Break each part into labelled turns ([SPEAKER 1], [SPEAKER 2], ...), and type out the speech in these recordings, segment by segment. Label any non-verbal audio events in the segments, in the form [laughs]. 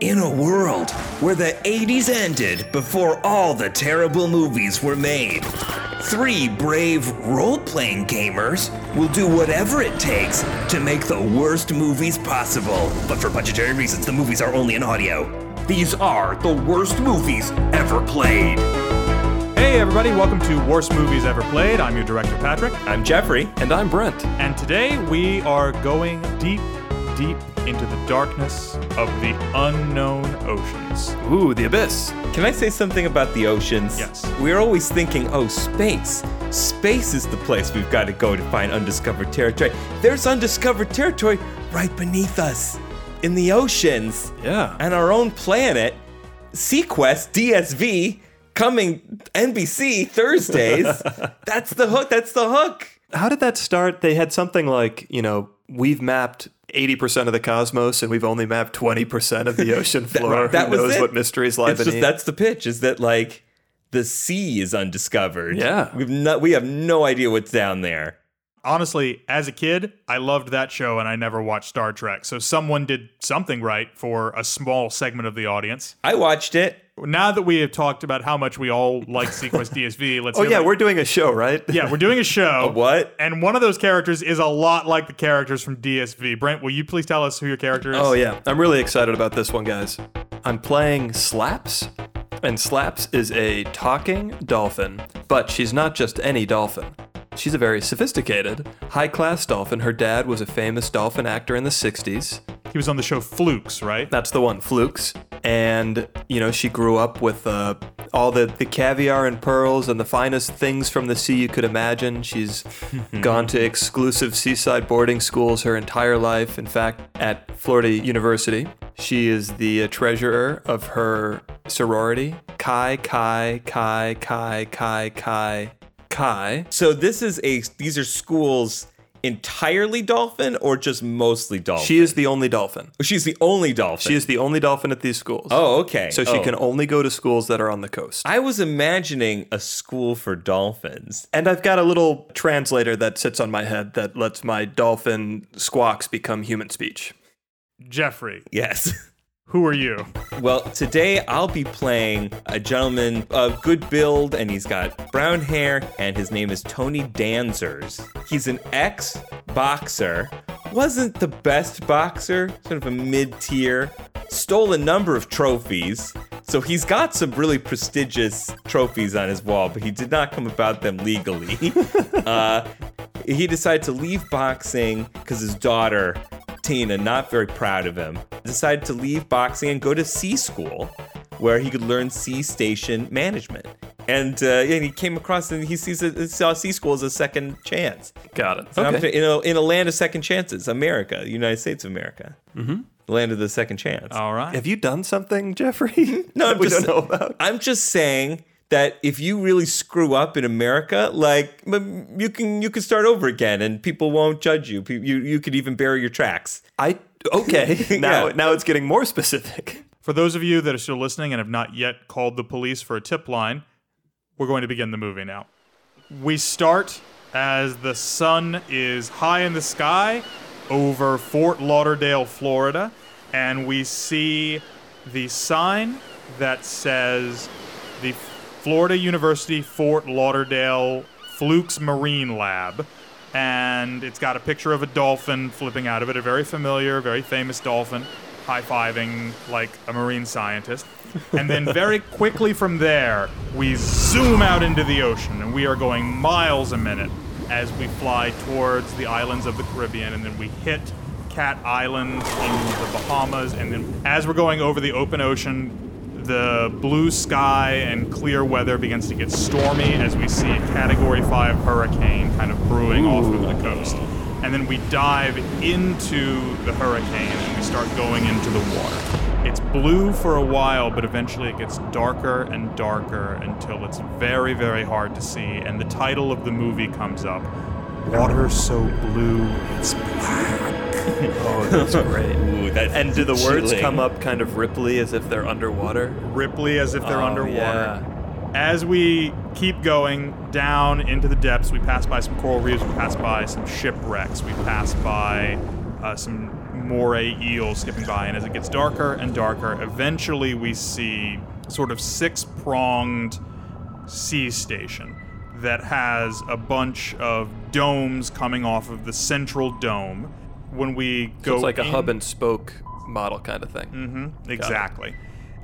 [SPEAKER 1] In a world where the 80s ended before all the terrible movies were made, three brave role playing gamers will do whatever it takes to make the worst movies possible. But for budgetary reasons, the movies are only in audio. These are the worst movies ever played.
[SPEAKER 2] Hey everybody, welcome to Worst Movies Ever Played. I'm your director Patrick,
[SPEAKER 3] I'm Jeffrey. And I'm Brent.
[SPEAKER 2] and today we are going deep, deep into the darkness of the unknown oceans.
[SPEAKER 3] Ooh, the abyss. Can I say something about the oceans?
[SPEAKER 2] Yes.
[SPEAKER 3] We're always thinking, oh, space. Space is the place we've got to go to find undiscovered territory. There's undiscovered territory right beneath us in the oceans.
[SPEAKER 2] Yeah.
[SPEAKER 3] And our own planet, Sequest DSV, coming NBC Thursdays. that's the hook. That's the hook.
[SPEAKER 4] How did that start? They had something like, you know, we've mapped 80% of the cosmos and we've only mapped 20% of the ocean
[SPEAKER 3] [laughs]
[SPEAKER 4] floor.
[SPEAKER 3] that
[SPEAKER 4] Who
[SPEAKER 3] was
[SPEAKER 4] knows
[SPEAKER 3] it.
[SPEAKER 4] what mysteries lie
[SPEAKER 3] it's just
[SPEAKER 4] beneath?
[SPEAKER 3] that's the pitch is that like the sea is undiscovered
[SPEAKER 4] Yeah.
[SPEAKER 3] we've not we have no idea what's down there
[SPEAKER 2] Honestly, as a kid, I loved that show and I never watched Star Trek, so someone did something right for a small segment of the audience.
[SPEAKER 3] i watched it
[SPEAKER 2] Now that we have talked about how much we all like Sequest [laughs] DSV, let's
[SPEAKER 4] oh,
[SPEAKER 2] hear
[SPEAKER 4] yeah,
[SPEAKER 2] about-
[SPEAKER 4] we're doing a show, right? [laughs]
[SPEAKER 2] yeah, we're doing a show.
[SPEAKER 3] what
[SPEAKER 2] And one of those characters is a lot like the characters from DSV. Brent, will you please tell us who your character is?
[SPEAKER 4] Oh, yeah. I'm really excited about this one, guys. I'm playing Slaps, and Slaps is a talking dolphin, but she's not just any dolphin. She's a very sophisticated, high class dolphin. Her dad was a famous dolphin actor in the 60s.
[SPEAKER 2] He was on the show Flukes, right?
[SPEAKER 4] That's the one, Flukes. And, you know, she grew up with uh, all the, the caviar and pearls and the finest things from the sea you could imagine. She's
[SPEAKER 3] [laughs]
[SPEAKER 4] gone to exclusive seaside boarding schools her entire life. In fact, at Florida University, she is the uh, treasurer of her sorority, Chi, Chi, Chi, Chi, Chi, Chi, Chi.
[SPEAKER 3] so this is a these are schools entirely dolphin or just mostly dolphin Oh,
[SPEAKER 4] She is the only dolphin.
[SPEAKER 3] she's the only dolphin
[SPEAKER 4] She is the only dolphin at these schools.
[SPEAKER 3] oh okay
[SPEAKER 4] So she
[SPEAKER 3] Oh.
[SPEAKER 4] can only go to schools that are on the coast.
[SPEAKER 3] i was imagining a school for dolphins
[SPEAKER 4] And I've got a little translator that sits on my head that lets my dolphin squawks become human speech.
[SPEAKER 2] Jeffrey,
[SPEAKER 3] yes [laughs]
[SPEAKER 2] who are you?
[SPEAKER 3] Well, today I'll be playing a gentleman of good build, and he's got brown hair, and his name is Tony Danzers. He's an ex boxer, wasn't the best boxer, sort of a mid tier, stole a number of trophies. So he's got some really prestigious trophies on his wall, but he did not come about them legally. [laughs] uh, he decided to leave boxing because his daughter Tina, not very proud of him, decided to leave boxing and go to sea school, where he could learn sea station management. And uh, and he came across and he sees it, saw sea school as a second chance,
[SPEAKER 4] Got it.
[SPEAKER 3] An
[SPEAKER 4] Okay.
[SPEAKER 3] opportunity- in a in a land of second chances, America, the United States of America, mm-hmm. land of the second chance.
[SPEAKER 2] All right.
[SPEAKER 4] Have you done something, Jeffrey? [laughs]
[SPEAKER 3] No,
[SPEAKER 4] that
[SPEAKER 3] I'm
[SPEAKER 4] we
[SPEAKER 3] just-
[SPEAKER 4] don't know about.
[SPEAKER 3] I'm just saying that if you really screw up in America, like m- you can you can start over again, and people won't judge you. Pe- You you could even bury your tracks.
[SPEAKER 4] I okay. [laughs] Now,
[SPEAKER 3] Yeah.
[SPEAKER 4] now it's getting more specific.
[SPEAKER 2] For those of you that are still listening and have not yet called the police for a tip line, we're going to begin the movie now. We start as the sun is high in the sky over Fort Lauderdale, Florida, and we see the sign that says the Florida University Fort Lauderdale Flukes Marine Lab. And it's got a picture of a dolphin flipping out of it, a very familiar, very famous dolphin, high fiving like a marine scientist. And then very quickly from there, we zoom out into the ocean, and we are going miles a minute as we fly towards the islands of the Caribbean, and then we hit Cat Island in the Bahamas, and then as we're going over the open ocean, the blue sky and clear weather begins to get stormy as we see a Category 5 hurricane kind of brewing off of the coast. And then we dive into the hurricane and we start going into the water. It's blue for a while, but eventually it gets darker and darker until it's very, very hard to see. And the title of the movie comes up Water So Blue It's
[SPEAKER 4] Oh, that's great.
[SPEAKER 3] Ooh, that's
[SPEAKER 4] And do the words come up kind of ripply as if they're underwater?
[SPEAKER 2] Ripley as if they're
[SPEAKER 4] Oh,
[SPEAKER 2] underwater.
[SPEAKER 4] yeah.
[SPEAKER 2] As we keep going down into the depths, we pass by some coral reefs, we pass by some shipwrecks, we pass by uh, some moray eel skipping by. And as it gets darker and darker, eventually we see sort of six pronged sea station that has a bunch of domes coming off of the central dome. When we go
[SPEAKER 4] it's like a
[SPEAKER 2] in-
[SPEAKER 4] hub and spoke model kind of thing.
[SPEAKER 2] Exactly.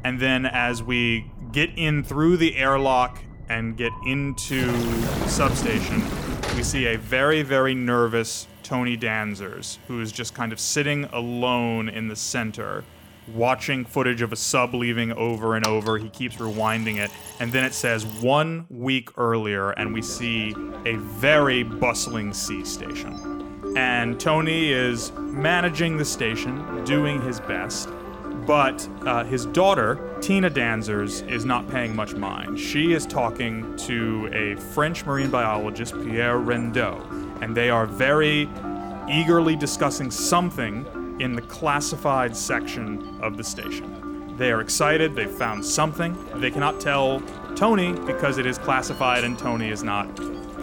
[SPEAKER 2] And then as we get in through the airlock and get into substation, we see a very, very nervous Tony Danzers who is just kind of sitting alone in the center, watching footage of a sub leaving over and over. He keeps rewinding it. And then it says one week earlier, and we see a very bustling sea station. And Tony is managing the station, doing his best. But uh, his daughter, Tina Danzers, is not paying much mind. She is talking to a French marine biologist, Pierre Rendeau, and they are very eagerly discussing something in the classified section of the station. They are excited, they've found something. They cannot tell Tony because it is classified, and Tony is not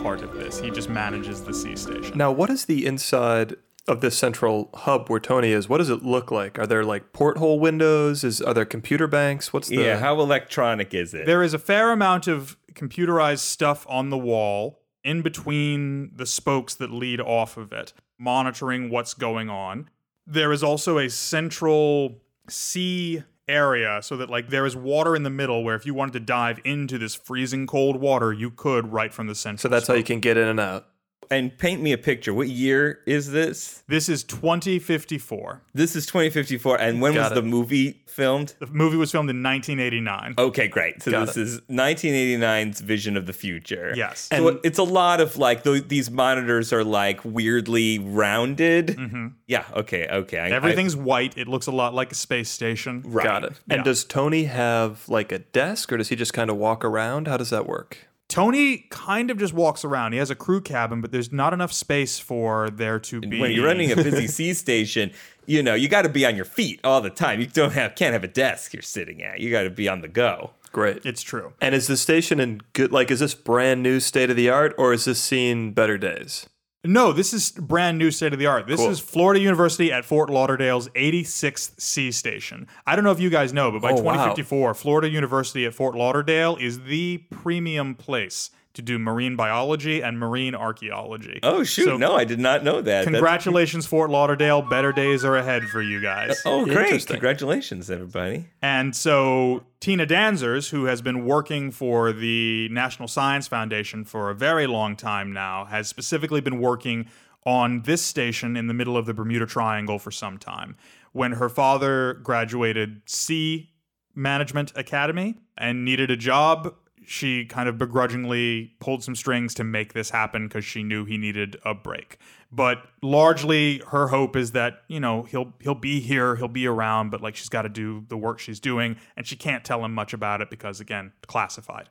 [SPEAKER 2] part of this. He just manages the sea station.
[SPEAKER 4] Now, what is the inside of this central hub where Tony is? What does it look like? Are there like porthole windows? Is are there computer banks? What's the
[SPEAKER 3] yeah, how electronic is it?
[SPEAKER 2] There is a fair amount of computerized stuff on the wall in between the spokes that lead off of it, monitoring what's going on. There is also a central sea area so that like there is water in the middle where if you wanted to dive into this freezing cold water you could right from the central
[SPEAKER 4] so that's how you can get in and out.
[SPEAKER 3] and paint me a picture. What year is this?
[SPEAKER 2] this is 2054
[SPEAKER 3] This is 2054. And when was
[SPEAKER 4] Got it.
[SPEAKER 3] the movie filmed?
[SPEAKER 2] the movie was filmed in 1989
[SPEAKER 3] Okay, great. So
[SPEAKER 4] Got
[SPEAKER 3] this
[SPEAKER 4] it.
[SPEAKER 3] is 1989's vision of the future.
[SPEAKER 2] Yes.
[SPEAKER 3] So it's a lot of like tho- these monitors are like weirdly rounded.
[SPEAKER 4] Mm-hmm.
[SPEAKER 3] Yeah. Okay. Okay. I,
[SPEAKER 2] everything's white it looks a lot like a space station
[SPEAKER 3] I, right.
[SPEAKER 4] Got it. And
[SPEAKER 2] Yeah.
[SPEAKER 4] does Tony have like a desk or does he just kind of walk around? How does that work?
[SPEAKER 2] Tony kind of just walks around. He has a crew cabin, but there's not enough space for there to be.
[SPEAKER 3] When you're running a
[SPEAKER 2] [laughs]
[SPEAKER 3] busy sea station, you know you got to be on your feet all the time. You don't have can't have a desk you're sitting at. You got to be on the go.
[SPEAKER 4] Great.
[SPEAKER 2] it's true.
[SPEAKER 4] and is the station in good like is this brand new state of the art or is this seen better days?
[SPEAKER 2] No, this is brand new state of the art. This
[SPEAKER 4] Cool.
[SPEAKER 2] is Florida University at Fort Lauderdale's 86th Sea Station. I don't know if you guys know, but by
[SPEAKER 4] Oh, wow.
[SPEAKER 2] 2054, Florida University at Fort Lauderdale is the premium place to do marine biology and marine archaeology.
[SPEAKER 3] Oh shoot!
[SPEAKER 2] So
[SPEAKER 3] no, I did not know that. That's-
[SPEAKER 2] Congratulations, Fort Lauderdale. Better days are ahead for you guys.
[SPEAKER 3] Oh great!
[SPEAKER 4] Interesting.
[SPEAKER 3] Congratulations, everybody.
[SPEAKER 2] And so Tina Danzers, who has been working for the National Science Foundation for a very long time now, has specifically been working on this station in the middle of the Bermuda Triangle for some time. When her father graduated Sea Management Academy and needed a job, she kind of begrudgingly pulled some strings to make this happen because she knew he needed a break. But largely, her hope is that you know he'll he'll be here, he'll be around, but like she's got to do the work she's doing, and she can't tell him much about it because again, classified.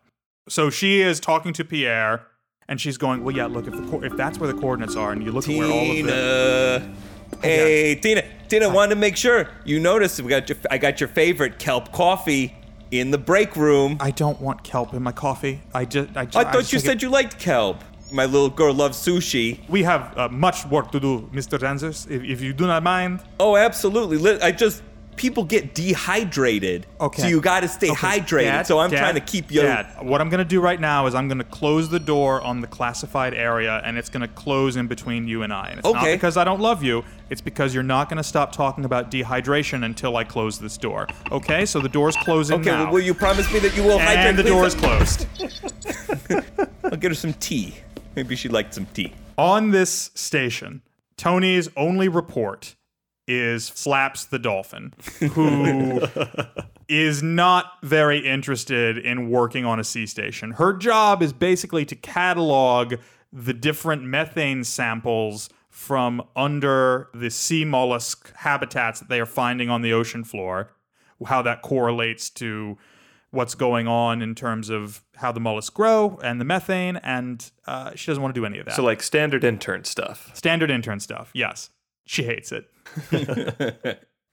[SPEAKER 2] So she is talking to Pierre, and she's going, "Well, yeah, look if the co- if that's where the coordinates are, and you look at where all of the
[SPEAKER 3] Tina. Hey, Tina. Tina, wanted to make sure you noticed we got your, I got your favorite kelp coffee in the break room.
[SPEAKER 2] I don't want kelp in my coffee. I just I, just,
[SPEAKER 3] I thought you said you liked kelp. My little girl loves sushi.
[SPEAKER 2] We have uh, much work to do, Mr. Danzers. If, if you do not mind,
[SPEAKER 3] Oh, absolutely. Li- I just people get dehydrated.
[SPEAKER 2] Okay.
[SPEAKER 3] So you got to stay hydrated.
[SPEAKER 2] Dad,
[SPEAKER 3] so I'm
[SPEAKER 2] Dad,
[SPEAKER 3] trying to keep you.
[SPEAKER 2] Dad, what I'm gonna do right now is I'm gonna close the door on the classified area, and it's gonna close in between you and I. And it's not
[SPEAKER 3] Okay.
[SPEAKER 2] because I don't love you. It's because you're not gonna stop talking about dehydration until I close this door. Okay? So the door's closing
[SPEAKER 3] Okay,
[SPEAKER 2] now.
[SPEAKER 3] well, will you promise me that you will hydrate?
[SPEAKER 2] and the
[SPEAKER 3] please?
[SPEAKER 2] door is closed.
[SPEAKER 3] I'll get her some tea. Maybe she liked some tea.
[SPEAKER 2] On this station, Tony's only report is Flaps the dolphin, who is not very interested in working on a sea station. Her job is basically to catalog the different methane samples from under the sea mollusk habitats that they are finding on the ocean floor, how that correlates to what's going on in terms of how the mollusks grow and the methane, and uh, she doesn't want to do any of that.
[SPEAKER 4] So like standard intern stuff.
[SPEAKER 2] Standard intern stuff. Yes. She hates it.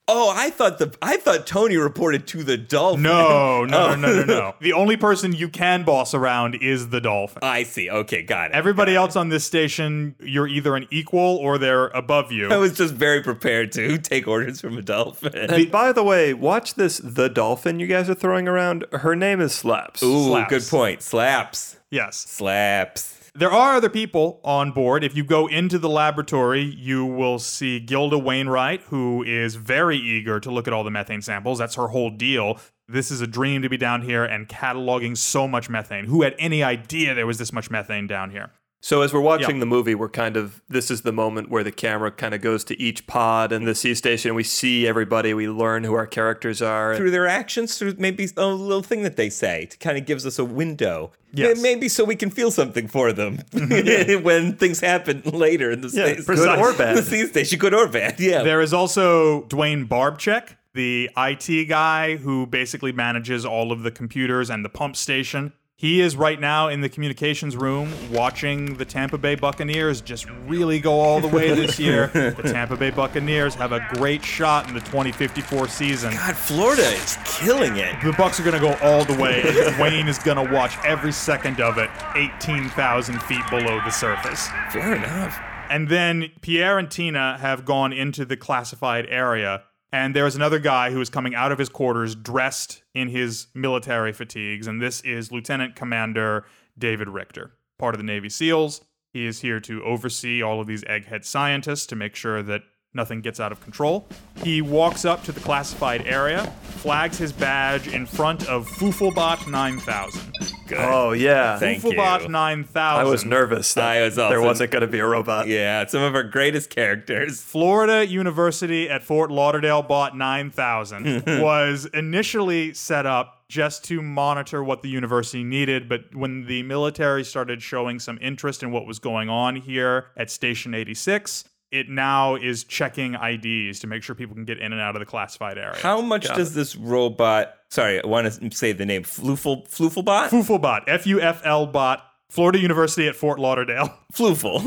[SPEAKER 3] Oh, I thought the I thought Tony reported to the dolphin.
[SPEAKER 2] No, no, no, no, no, no. The only person you can boss around is the dolphin.
[SPEAKER 3] I see. Okay, got it.
[SPEAKER 2] Everybody else on this station, you're either an equal or they're above you.
[SPEAKER 3] I was just very prepared to take orders from a dolphin.
[SPEAKER 4] And by the way, watch this the dolphin you guys are throwing around. Her name is Slaps.
[SPEAKER 3] Ooh,
[SPEAKER 2] slaps.
[SPEAKER 3] good point. Slaps.
[SPEAKER 2] Yes.
[SPEAKER 3] Slaps.
[SPEAKER 2] There are other people on board. If you go into the laboratory, you will see Gilda Wainwright, who is very eager to look at all the methane samples. That's her whole deal. This is a dream to be down here and cataloging so much methane. Who had any idea there was this much methane down here?
[SPEAKER 4] So as we're watching
[SPEAKER 2] Yeah.
[SPEAKER 4] the movie, we're kind of this is the moment where the camera kind of goes to each pod and the sea station. We see everybody. We learn who our characters are.
[SPEAKER 3] Through their actions, through maybe a little thing that they say, to kind of gives us a window.
[SPEAKER 2] Yes.
[SPEAKER 3] May- Maybe so we can feel something for
[SPEAKER 2] [laughs]
[SPEAKER 3] them [laughs] when things happen later in the
[SPEAKER 4] Yeah,
[SPEAKER 3] space.
[SPEAKER 4] good or bad.
[SPEAKER 3] The [laughs] sea station, good or bad. Yeah.
[SPEAKER 2] There is also Dwayne Barbchek, the IT guy who basically manages all of the computers and the pump station. He is right now in the communications room watching the Tampa Bay Buccaneers just really go all the way this year. the Tampa Bay Buccaneers have a great shot in the 2054 season.
[SPEAKER 3] God, Florida is killing it.
[SPEAKER 2] The Bucks are going to go all the way, and Dwayne is going to watch every second of it 18,000 feet below the surface.
[SPEAKER 3] Fair enough.
[SPEAKER 2] And then Pierre and Tina have gone into the classified area. And there's another guy who is coming out of his quarters dressed in his military fatigues. And this is Lieutenant Commander David Richter, part of the Navy SEALs. He is here to oversee all of these egghead scientists to make sure that nothing gets out of control. He walks up to the classified area, flags his badge in front of Fufelbot 9000.
[SPEAKER 3] Good.
[SPEAKER 4] Oh yeah,
[SPEAKER 3] Thank you.
[SPEAKER 2] Fufelbot 9000.
[SPEAKER 4] I was nervous. That
[SPEAKER 3] I was
[SPEAKER 4] there
[SPEAKER 3] also-
[SPEAKER 4] wasn't going to be a robot.
[SPEAKER 3] Yeah, some of our greatest characters.
[SPEAKER 2] Florida University at Fort Lauderdale
[SPEAKER 3] [laughs]
[SPEAKER 2] bought 9,000 was initially set up just to monitor what the university needed. But when the military started showing some interest in what was going on here at Station 86, it now is checking IDs to make sure people can get in and out of the classified area.
[SPEAKER 3] How much does this robot? Sorry, I want to say the name. Flufel, Flufelbot,
[SPEAKER 2] Fufelbot, F U F L bot, Florida University at Fort Lauderdale.
[SPEAKER 3] Flufel.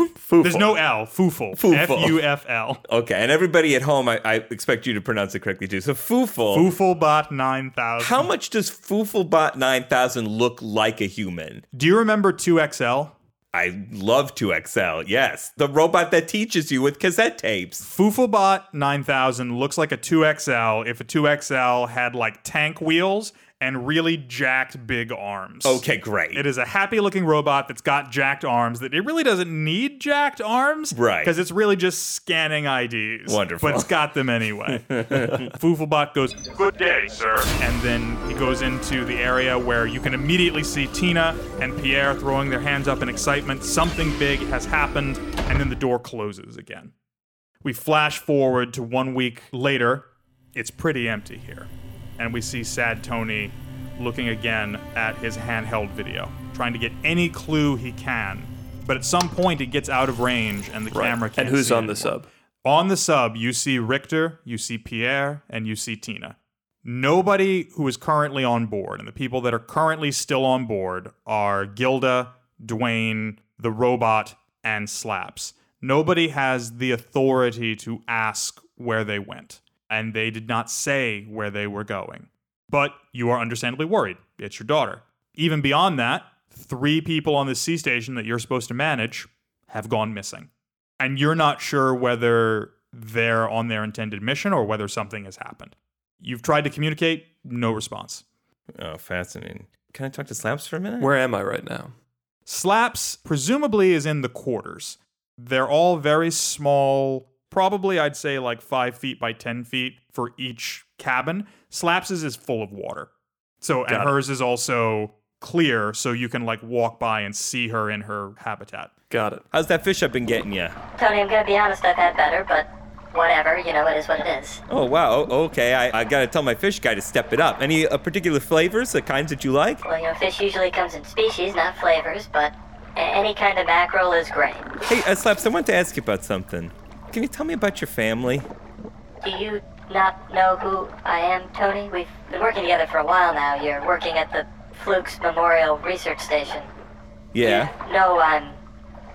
[SPEAKER 2] There's no L, Fufel. F
[SPEAKER 3] Fufel.
[SPEAKER 2] U F L.
[SPEAKER 3] Okay, and everybody at home, I, I expect you to pronounce it correctly too. So Fufel.
[SPEAKER 2] Fufelbot 9000.
[SPEAKER 3] How much does Fufelbot nine thousand look like a human?
[SPEAKER 2] Do you remember 2XL?
[SPEAKER 3] I love to excel. Yes, the robot that teaches you with cassette tapes.
[SPEAKER 2] Fufelbot 9000 looks like a 2XL if a 2XL had like tank wheels and really jacked big arms.
[SPEAKER 3] Okay, great.
[SPEAKER 2] It is a happy looking robot that's got jacked arms that it really doesn't need jacked arms.
[SPEAKER 3] Right.
[SPEAKER 2] Because it's really just scanning IDs.
[SPEAKER 3] Wonderful.
[SPEAKER 2] But it's got
[SPEAKER 3] [laughs]
[SPEAKER 2] them anyway. Fufelbot goes, Good day, sir. And then he goes into the area where you can immediately see Tina and Pierre throwing their hands up in excitement. Something big has happened. And then the door closes again. We flash forward to one week later. It's pretty empty here. And we see Sad Tony looking again at his handheld video, trying to get any clue he can. But at some point, it gets out of range and the camera can't
[SPEAKER 4] And who's
[SPEAKER 2] see it
[SPEAKER 4] on the
[SPEAKER 2] anymore.
[SPEAKER 4] sub?
[SPEAKER 2] On the sub, you see Richter, you see Pierre, and you see Tina. Nobody who is currently on board, and the people that are currently still on board are Gilda, Dwayne, the robot, and Slaps. Nobody has the authority to ask where they went, and they did not say where they were going. But you are understandably worried. It's your daughter. Even beyond that, three people on the C station that you're supposed to manage have gone missing and you're not sure whether they're on their intended mission or whether something has happened. You've tried to communicate, no response.
[SPEAKER 3] Oh, fascinating. Can I talk to Slaps for a minute?
[SPEAKER 4] Where am I right now?
[SPEAKER 2] Slaps presumably is in the quarters. They're all very small, probably I'd say like five feet by 10 feet for each cabin. Slaps's is full of water. So, and hers is also clear, so you can like walk by and see her in her habitat.
[SPEAKER 4] Got it.
[SPEAKER 3] How's that fish up been getting you?
[SPEAKER 5] Tony, I'm gonna be honest, I've had better, but whatever, you know, it is what it is.
[SPEAKER 3] Oh wow. O- Okay, I, I gotta tell my fish guy to step it up. Any uh, particular flavors, the kinds that you like?
[SPEAKER 5] Well, you know, fish usually comes in species, not flavors, but a- any kind of mackerel is great.
[SPEAKER 3] Hey, uh, Slaps, I want to ask you about something. Can you tell me about your family?
[SPEAKER 5] Do you not know who I am, Tony? We've been working together for a while now. You're working at the Flukes Memorial Research Station.
[SPEAKER 3] Yeah.
[SPEAKER 5] No, I'm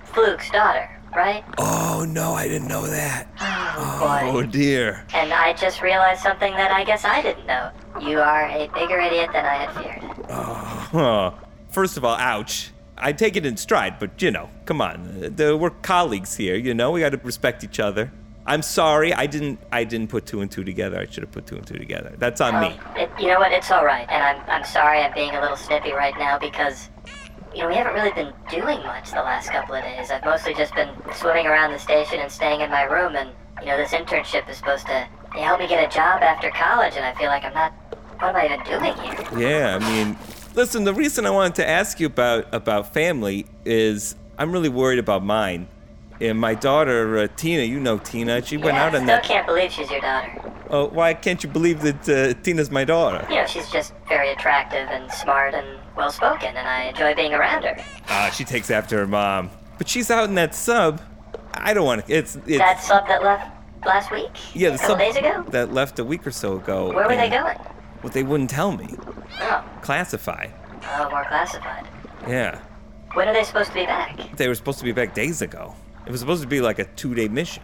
[SPEAKER 5] Fluke's daughter. right?
[SPEAKER 1] Oh no, I didn't know that.
[SPEAKER 5] Oh, boy.
[SPEAKER 1] Oh dear.
[SPEAKER 5] And I just realized something that I guess I didn't know. You are a bigger idiot than I had feared.
[SPEAKER 3] Huh. First of all, ouch. I take it in stride, but you know, come on. Uh, the- We're colleagues here, you know. We got to respect each other. I'm sorry. I didn't. I didn't put two and two together. I should have put two and two together. That's on me.
[SPEAKER 5] Oh, it, you know what? It's all right. And I'm, I'm sorry I'm being a little snippy right now because, you know, we haven't really been doing much the last couple of days. I've mostly just been swimming around the station and staying in my room. And, you know, this internship is supposed to help me get a job after college. And I feel like I'm not. What am I even doing here?
[SPEAKER 3] Yeah, I mean, listen, the reason I wanted to ask you about about family is I'm really worried about mine. And my daughter uh, Tina, you know Tina, she went
[SPEAKER 5] yeah,
[SPEAKER 3] out on
[SPEAKER 5] still
[SPEAKER 3] that.
[SPEAKER 5] can't believe she's your daughter.
[SPEAKER 3] Oh, why can't you believe that uh, Tina's my daughter?
[SPEAKER 5] You know, she's just very attractive and smart and well spoken, and I enjoy being around her.
[SPEAKER 3] Ah, she takes after her mom, but she's out in that sub. I don't want to. It's it's
[SPEAKER 5] That sub that left last week?
[SPEAKER 3] yeah
[SPEAKER 5] a
[SPEAKER 3] the
[SPEAKER 5] couple
[SPEAKER 3] sub
[SPEAKER 5] days ago?
[SPEAKER 3] that left a week or so ago.
[SPEAKER 5] Where were they
[SPEAKER 3] and-
[SPEAKER 5] going?
[SPEAKER 3] Well, they wouldn't tell me.
[SPEAKER 5] Oh,
[SPEAKER 3] Classify.
[SPEAKER 5] oh, more classified.
[SPEAKER 3] Yeah,
[SPEAKER 5] When are they supposed to be back?
[SPEAKER 3] they were supposed to be back days ago. It was supposed to be like a two-day mission.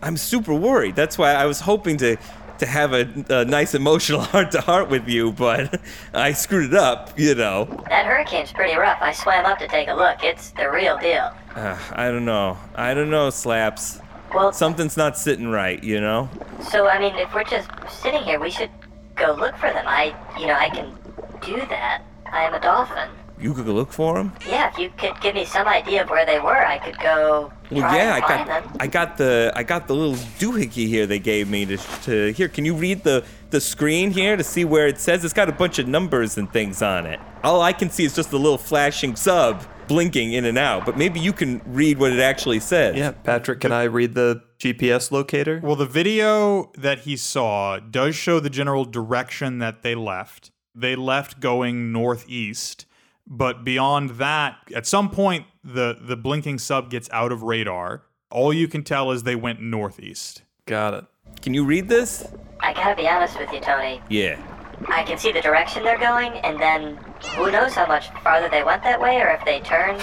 [SPEAKER 3] I'm super worried. That's why I was hoping to to have a, a nice emotional [laughs] heart-to-heart with you, but [laughs] I screwed it up. You know.
[SPEAKER 5] That hurricane's pretty rough. I swam up to take a look. It's the real deal.
[SPEAKER 3] Uh, I don't know. I don't know, slaps.
[SPEAKER 5] Well,
[SPEAKER 3] Something's not sitting right. You know.
[SPEAKER 5] so I mean, if we're just sitting here, we should go look for them. I, you know, I can do that. I am a dolphin.
[SPEAKER 3] You could look for him.
[SPEAKER 5] Yeah, if you could give me some idea of where they were, I could go
[SPEAKER 3] Well,
[SPEAKER 5] try
[SPEAKER 3] yeah, I
[SPEAKER 5] and find
[SPEAKER 3] got
[SPEAKER 5] them.
[SPEAKER 3] I got the I got the little doohickey here they gave me to to here. Can you read the the screen here to see where it says? It's got a bunch of numbers and things on it. All I can see is just the little flashing sub blinking in and out. But maybe you can read what it actually says.
[SPEAKER 4] Yeah, Patrick, can I read the GPS locator?
[SPEAKER 2] Well, the video that he saw does show the general direction that they left. They left going northeast, but beyond that, at some point the the blinking sub gets out of radar. All you can tell is they went northeast.
[SPEAKER 4] Got it.
[SPEAKER 3] Can you read this?
[SPEAKER 5] I gotta be honest with you, Tony.
[SPEAKER 3] Yeah.
[SPEAKER 5] I can see the direction they're going, and then who knows how much farther they went that way or if they turned.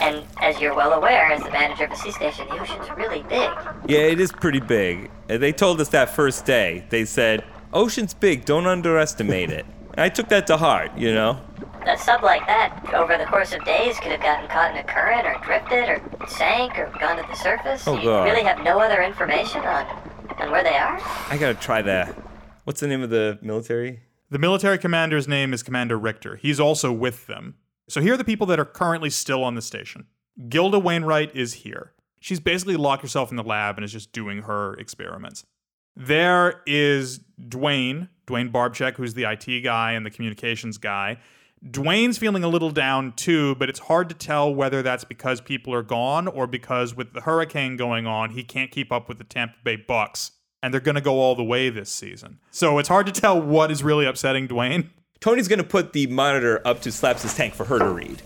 [SPEAKER 5] And as you're well aware, as the manager of a sea station, the ocean's really big.
[SPEAKER 3] Yeah, it is pretty big. Uh, They told us that first day. They said, "Ocean's big. Don't underestimate it." I took that to heart. You know.
[SPEAKER 5] A sub like that, over the course of days, could have gotten caught in a current or drifted or sank or gone to the surface.
[SPEAKER 3] Oh,
[SPEAKER 5] you
[SPEAKER 3] God.
[SPEAKER 5] really have no other information on, on where they are?
[SPEAKER 3] I gotta try that. What's the name of the military?
[SPEAKER 2] The military commander's name is Commander Richter. He's also with them. So here are the people that are currently still on the station. Gilda Wainwright is here. She's basically locked herself in the lab and is just doing her experiments. There is Dwayne, Dwayne Barbchek, who's the IT guy and the communications guy. Dwayne's feeling a little down too, but it's hard to tell whether that's because people are gone or because with the hurricane going on, he can't keep up with the Tampa Bay Bucks and they're going to go all the way this season. So it's hard to tell what is really upsetting Dwayne.
[SPEAKER 3] Tony's gonna put the monitor up to Slaps' tank for her to read.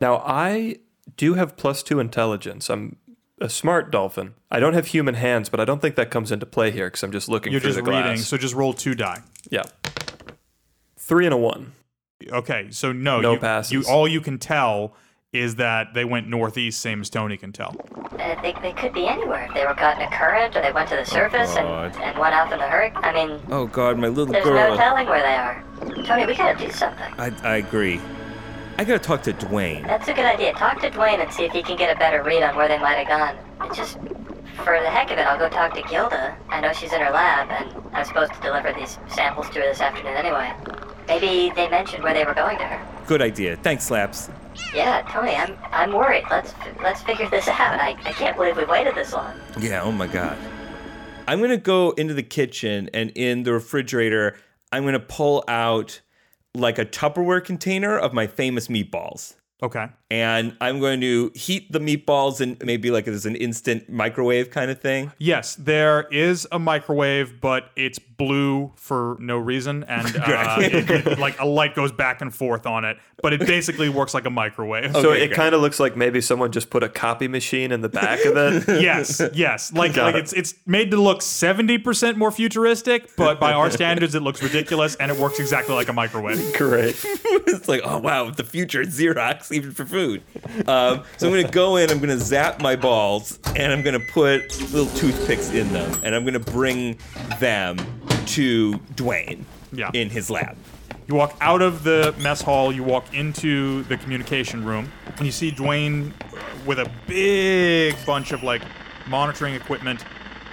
[SPEAKER 4] Now, I do have plus two intelligence. I'm a smart dolphin. I don't have human hands, but I don't think that comes into play here because I'm just looking
[SPEAKER 2] You're
[SPEAKER 4] through
[SPEAKER 2] just
[SPEAKER 4] the
[SPEAKER 2] reading,
[SPEAKER 4] glass.
[SPEAKER 2] so just roll two die.
[SPEAKER 4] yeah. Three and a one.
[SPEAKER 2] Okay, so no,
[SPEAKER 4] No
[SPEAKER 2] you,
[SPEAKER 4] passes.
[SPEAKER 2] you all you can tell is that they went northeast, same as Tony can tell.
[SPEAKER 5] Uh, they, they could be anywhere. If they were caught in a current or they went to the surface and, and went off in the hurricane. I mean,
[SPEAKER 3] Oh God, my little
[SPEAKER 5] There's
[SPEAKER 3] girl.
[SPEAKER 5] no telling where they are. Tony, we gotta do something.
[SPEAKER 3] I, I agree. I gotta talk to Dwayne.
[SPEAKER 5] That's a good idea. Talk to Dwayne and see if he can get a better read on where they might have gone. And just for the heck of it, I'll go talk to Gilda. I know she's in her lab, and I'm supposed to deliver these samples to her this afternoon anyway. Maybe they mentioned where they were going to her.
[SPEAKER 3] Good idea. Thanks, Slaps.
[SPEAKER 5] Yeah, Tony, I'm I'm worried. Let's let's figure this out. I, I can't believe we waited this long.
[SPEAKER 3] Yeah. Oh my God. I'm gonna go into the kitchen and in the refrigerator. I'm gonna pull out like a Tupperware container of my famous meatballs.
[SPEAKER 2] Okay.
[SPEAKER 3] And I'm going to heat the meatballs and maybe like there's an instant microwave kind of thing.
[SPEAKER 2] Yes, there is a microwave, but it's blue for no reason, and
[SPEAKER 4] [laughs]
[SPEAKER 2] uh, it- it- like a light goes back and forth on it. But it basically works like a microwave.
[SPEAKER 4] So
[SPEAKER 3] Okay,
[SPEAKER 4] it
[SPEAKER 3] great.
[SPEAKER 4] kind of looks like maybe someone just put a copy machine in the back of it.
[SPEAKER 2] yes, yes. Like
[SPEAKER 4] Got
[SPEAKER 2] like
[SPEAKER 4] it.
[SPEAKER 2] it's it's made to look 70% more futuristic, but by
[SPEAKER 4] [laughs]
[SPEAKER 2] our standards
[SPEAKER 3] [laughs]
[SPEAKER 2] it looks ridiculous and it works exactly like a microwave.
[SPEAKER 4] Great.
[SPEAKER 3] it's like, oh wow, the future is Xerox. bucks even for food. Um, so I'm gonna go in. I'm gonna zap my balls, and I'm gonna put little toothpicks in them, and I'm gonna bring them to Dwayne.
[SPEAKER 2] Yeah.
[SPEAKER 3] In his lab.
[SPEAKER 2] You walk out of the mess hall, you walk into the communication room, and you see Dwayne with a big bunch of like monitoring equipment,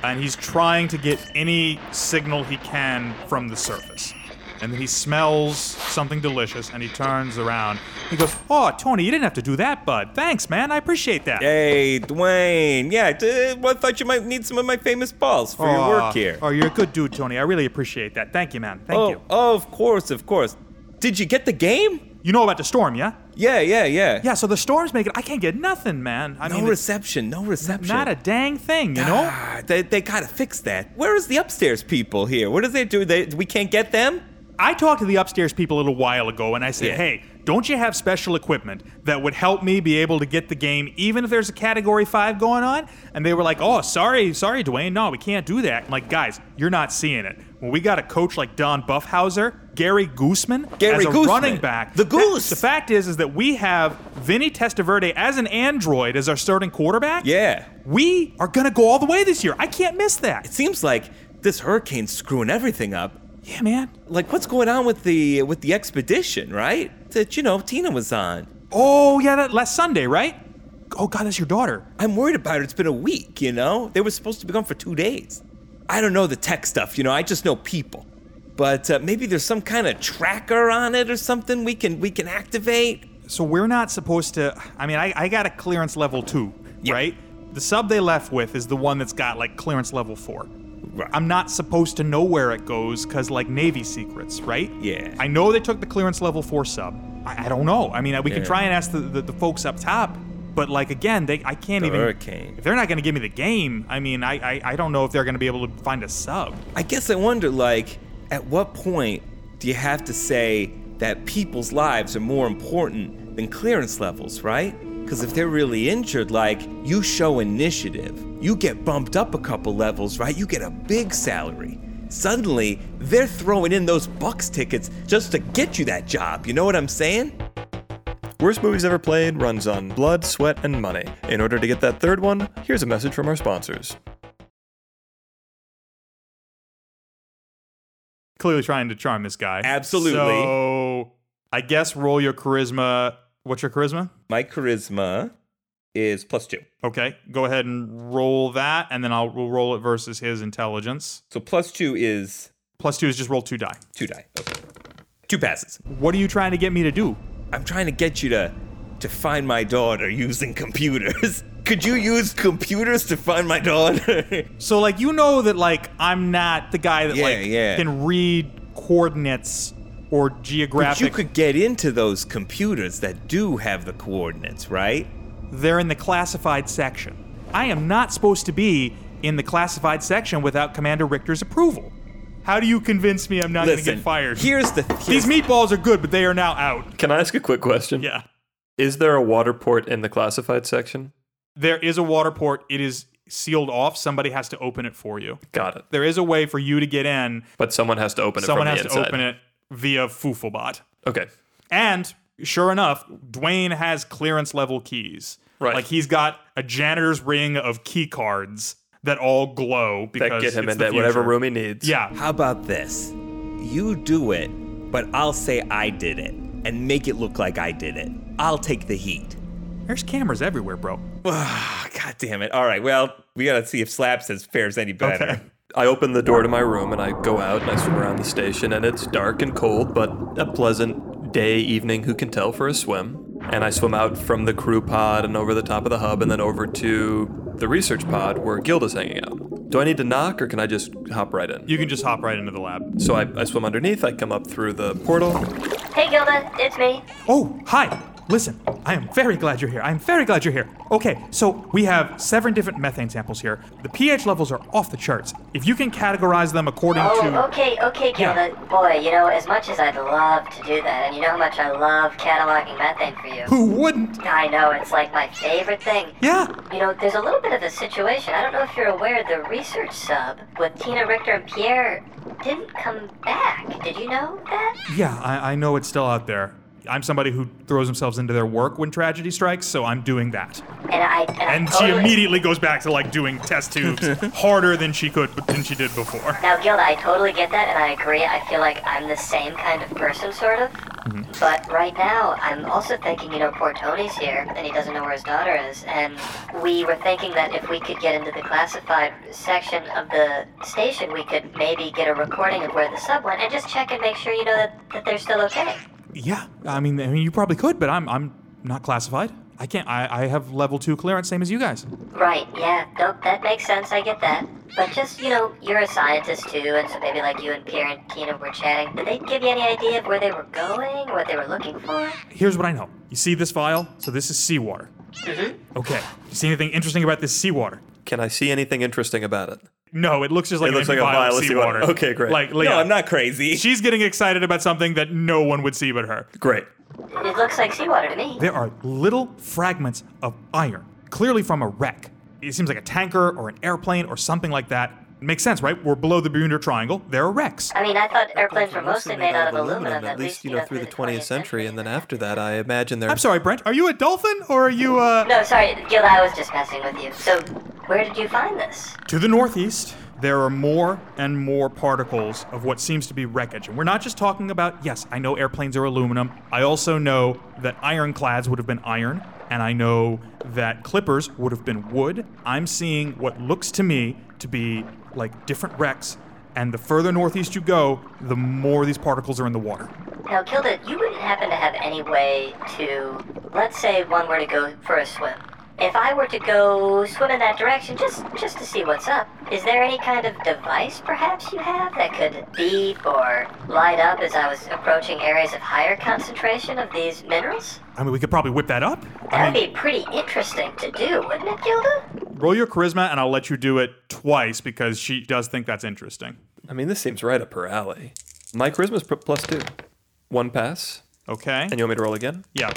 [SPEAKER 2] and he's trying to get any signal he can from the surface. And then he smells something delicious and he turns around. He goes, Oh, Tony, you didn't have to do that, bud. Thanks, man. I appreciate that.
[SPEAKER 3] Hey, Dwayne. Yeah, d- well, I thought you might need some of my famous balls for your
[SPEAKER 2] Aw,
[SPEAKER 3] work here.
[SPEAKER 2] Oh, you're a good dude, Tony. I really appreciate that. Thank you, man. Thank
[SPEAKER 3] oh,
[SPEAKER 2] you.
[SPEAKER 3] oh, of course, of course. Did you get the game?
[SPEAKER 2] You know about the storm, yeah?
[SPEAKER 3] Yeah, yeah, yeah.
[SPEAKER 2] Yeah, so the storm's making. I can't get nothing, man. I
[SPEAKER 3] No
[SPEAKER 2] mean, it's-
[SPEAKER 3] reception. No reception.
[SPEAKER 2] Not a dang thing, you know?
[SPEAKER 3] Ah, they, they gotta fix that. Where is the upstairs people here? What do they do? They we can't get them.
[SPEAKER 2] I talked to the upstairs people a little while ago and I said,
[SPEAKER 3] Yeah.
[SPEAKER 2] hey, don't you have special equipment that would help me be able to get the game even if there's a category five going on? And they were like, oh, sorry, sorry, Dwayne. No, we can't do that. I'm like, guys, you're not seeing it. When we got a coach like Don Buffhauser, Gary Gooseman
[SPEAKER 3] Gary
[SPEAKER 2] as a
[SPEAKER 3] Gooseman.
[SPEAKER 2] running back.
[SPEAKER 3] The
[SPEAKER 2] that-
[SPEAKER 3] Goose.
[SPEAKER 2] The fact is, is that we have Vinny Testaverde as an android as our starting quarterback.
[SPEAKER 3] Yeah.
[SPEAKER 2] We are going to go all the way this year. I can't miss that.
[SPEAKER 3] Seems like this hurricane's screwing everything up.
[SPEAKER 2] Yeah, man.
[SPEAKER 3] Like what's going on with the with the expedition, right? That you know Tina was on.
[SPEAKER 2] Oh yeah, that last Sunday, right? Oh God, that's your daughter.
[SPEAKER 3] I'm worried about it. It's been a week, you know. They were supposed to be gone for two days. I don't know the tech stuff, you know. I just know people. But uh, maybe there's some kind of tracker on it or something we can we can activate.
[SPEAKER 2] So we're not supposed to. I mean, I, I got a clearance level two,
[SPEAKER 3] Yeah.
[SPEAKER 2] right? The sub they left with is the one that's got like clearance level four.
[SPEAKER 3] Right.
[SPEAKER 2] I'm not supposed to know where it goes because like Navy secrets, right?
[SPEAKER 3] Yeah.
[SPEAKER 2] I know they took the clearance level four sub. I, I don't know. I mean, we can
[SPEAKER 3] Yeah.
[SPEAKER 2] try and ask the, the, the folks up top, but like again, they I can't
[SPEAKER 3] The
[SPEAKER 2] even.
[SPEAKER 3] hurricane.
[SPEAKER 2] If they're not going to give me the game, I mean, I, I I don't know if they're going to be able to find a sub.
[SPEAKER 3] I guess I wonder, like, at what point do you have to say that people's lives are more important than clearance levels, right? Because if they're really injured, like, you show initiative, you get bumped up a couple levels, right? You get a big salary. Suddenly, they're throwing in those Bucks tickets just to get you that job. You know what I'm saying?
[SPEAKER 4] Worst Movies Ever Played runs on blood, sweat, and money. In order to get that third one, here's a message from our sponsors.
[SPEAKER 2] clearly trying to charm this guy.
[SPEAKER 3] Absolutely.
[SPEAKER 2] So I guess roll your charisma. What's your charisma?
[SPEAKER 3] My charisma is plus two.
[SPEAKER 2] Okay, go ahead and roll that, and then I'll we'll roll it versus his intelligence.
[SPEAKER 3] So plus two is
[SPEAKER 2] Plus two is just roll two die.
[SPEAKER 3] two die. Okay. Two passes.
[SPEAKER 2] What are you trying to get me to do?
[SPEAKER 3] I'm trying to get you to to find my daughter using computers. [laughs] Could you use computers to find my daughter? [laughs]
[SPEAKER 2] So like you know that like I'm not the guy that
[SPEAKER 3] Yeah,
[SPEAKER 2] like
[SPEAKER 3] yeah.
[SPEAKER 2] can read coordinates or
[SPEAKER 3] but
[SPEAKER 2] geographic.
[SPEAKER 3] you could get into those computers that do have the coordinates, right?
[SPEAKER 2] They're in the classified section. I am not supposed to be in the classified section without Commander Richter's approval. How do you convince me I'm not going to
[SPEAKER 3] Listen,
[SPEAKER 2] get fired?
[SPEAKER 3] here's the here's-
[SPEAKER 2] These meatballs are good, but they are now out.
[SPEAKER 4] Can I ask a quick question?
[SPEAKER 2] Yeah.
[SPEAKER 4] Is there a water port in the classified section?
[SPEAKER 2] There is a water port. It is sealed off. Somebody has to open it for you.
[SPEAKER 4] Got it.
[SPEAKER 2] There is a way for you to get in.
[SPEAKER 4] But someone has to open it.
[SPEAKER 2] Someone
[SPEAKER 4] from
[SPEAKER 2] has
[SPEAKER 4] the
[SPEAKER 2] to open it via Fooflebot.
[SPEAKER 4] Okay.
[SPEAKER 2] And sure enough, Dwayne has clearance level keys.
[SPEAKER 4] Right.
[SPEAKER 2] Like he's got a janitor's ring of key cards that all glow because
[SPEAKER 4] That get him
[SPEAKER 2] it's
[SPEAKER 4] into
[SPEAKER 2] the
[SPEAKER 4] whatever
[SPEAKER 2] future.
[SPEAKER 4] room he needs.
[SPEAKER 2] Yeah.
[SPEAKER 3] How about this? You do it, but I'll say I did it and make it look like I did it. I'll take the heat.
[SPEAKER 2] There's cameras everywhere, bro.
[SPEAKER 3] Ah, God damn it. All right, well, we gotta see if Slap says fares any better.
[SPEAKER 2] Okay.
[SPEAKER 4] I open the door to my room and I go out and I swim around the station and it's dark and cold, but a pleasant day, evening, who can tell for a swim. And I swim out from the crew pod and over the top of the hub and then over to the research pod where Gilda's hanging out. Do I need to knock or can I just hop right in?
[SPEAKER 2] You can just hop right into the lab.
[SPEAKER 4] So I, I swim underneath, I come up through the portal.
[SPEAKER 5] Hey, Gilda, it's me.
[SPEAKER 2] Oh, hi. Listen, I am very glad you're here. I'm very glad you're here. Okay, so we have seven different methane samples here. The pH levels are off the charts. If you can categorize them according
[SPEAKER 5] Oh,
[SPEAKER 2] to.
[SPEAKER 5] okay, okay,
[SPEAKER 2] Yeah.
[SPEAKER 5] Gilda. Boy, you know, as much as I'd love to do that, and you know how much I love cataloging methane for you.
[SPEAKER 2] Who wouldn't?
[SPEAKER 5] I know, it's like my favorite thing.
[SPEAKER 2] Yeah.
[SPEAKER 5] You know, there's a little bit of a situation. I don't know if you're aware, the research sub with Tina Richter and Pierre didn't come back. Did you know that?
[SPEAKER 2] Yeah, I, I know it's still out there. I'm somebody who throws themselves into their work when tragedy strikes, so I'm doing that.
[SPEAKER 5] And I and, I
[SPEAKER 2] And she
[SPEAKER 5] totally,
[SPEAKER 2] immediately goes back to like doing [laughs] test tubes harder than she could than she did before.
[SPEAKER 5] Now, Gilda, I totally get that, and I agree. I feel like I'm the same kind of person, sort of.
[SPEAKER 2] Mm-hmm.
[SPEAKER 5] But right now, I'm also thinking, you know, poor Tony's here, and he doesn't know where his daughter is. And we were thinking that if we could get into the classified section of the station, we could maybe get a recording of where the sub went and just check and make sure, you know, that, that they're still okay.
[SPEAKER 2] Yeah, I mean, I mean, you probably could, but I'm I'm not classified. I can't. I, I have level two clearance, same as you guys.
[SPEAKER 5] Right, yeah, nope, that makes sense, I get that. But just, you know, you're a scientist too, and so maybe like you and Pierre and Tina were chatting. Did they give you any idea of where they were going, what they were looking for?
[SPEAKER 2] Here's what I know. You see this vial? So this is seawater. Okay. You see anything interesting about this seawater?
[SPEAKER 4] Can I see anything interesting about it?
[SPEAKER 2] No, it looks just like
[SPEAKER 4] It
[SPEAKER 2] an
[SPEAKER 4] looks
[SPEAKER 2] empty
[SPEAKER 4] like a
[SPEAKER 2] vial
[SPEAKER 4] vial
[SPEAKER 2] of
[SPEAKER 4] of
[SPEAKER 2] seawater.
[SPEAKER 4] seawater. Okay, great.
[SPEAKER 2] Like,
[SPEAKER 3] No,
[SPEAKER 2] yeah,
[SPEAKER 3] I'm not crazy.
[SPEAKER 2] She's getting excited about something that no one would see but her.
[SPEAKER 4] Great.
[SPEAKER 5] It looks like seawater to me.
[SPEAKER 2] There are little fragments of iron, clearly from a wreck. It seems like a tanker or an airplane or something like that. Makes sense, right? We're below the Bermuda Triangle. There are wrecks.
[SPEAKER 5] I mean, I thought airplanes were mostly made out of aluminum,
[SPEAKER 4] at least you know through the 20th century, and then after that, I imagine they're.
[SPEAKER 2] I'm sorry, Brent. Are you a dolphin or are you uh
[SPEAKER 5] No, sorry, Gilda, I was just messing with you. So, where did you find this?
[SPEAKER 2] To the northeast, there are more and more particles of what seems to be wreckage. And we're not just talking about, yes, I know airplanes are aluminum. I also know that ironclads would have been iron. And I know that clippers would have been wood. I'm seeing what looks to me to be like different wrecks. And the further northeast you go, the more these particles are in the water.
[SPEAKER 5] Now, Gilda, you wouldn't happen to have any way to, let's say, one were to go for a swim. If I were to go swim in that direction, just just to see what's up, is there any kind of device perhaps you have that could beep or light up as I was approaching areas of higher concentration of these minerals?
[SPEAKER 2] I mean, we could probably whip that up. I
[SPEAKER 5] That'd
[SPEAKER 2] mean,
[SPEAKER 5] be pretty interesting to do, wouldn't it, Gilda?
[SPEAKER 2] roll your charisma, and I'll let you do it twice because she does think that's interesting.
[SPEAKER 4] I mean, this seems right up her alley. My charisma's pr- plus two. One pass.
[SPEAKER 2] Okay?
[SPEAKER 4] And you want me to roll again?
[SPEAKER 2] Yeah.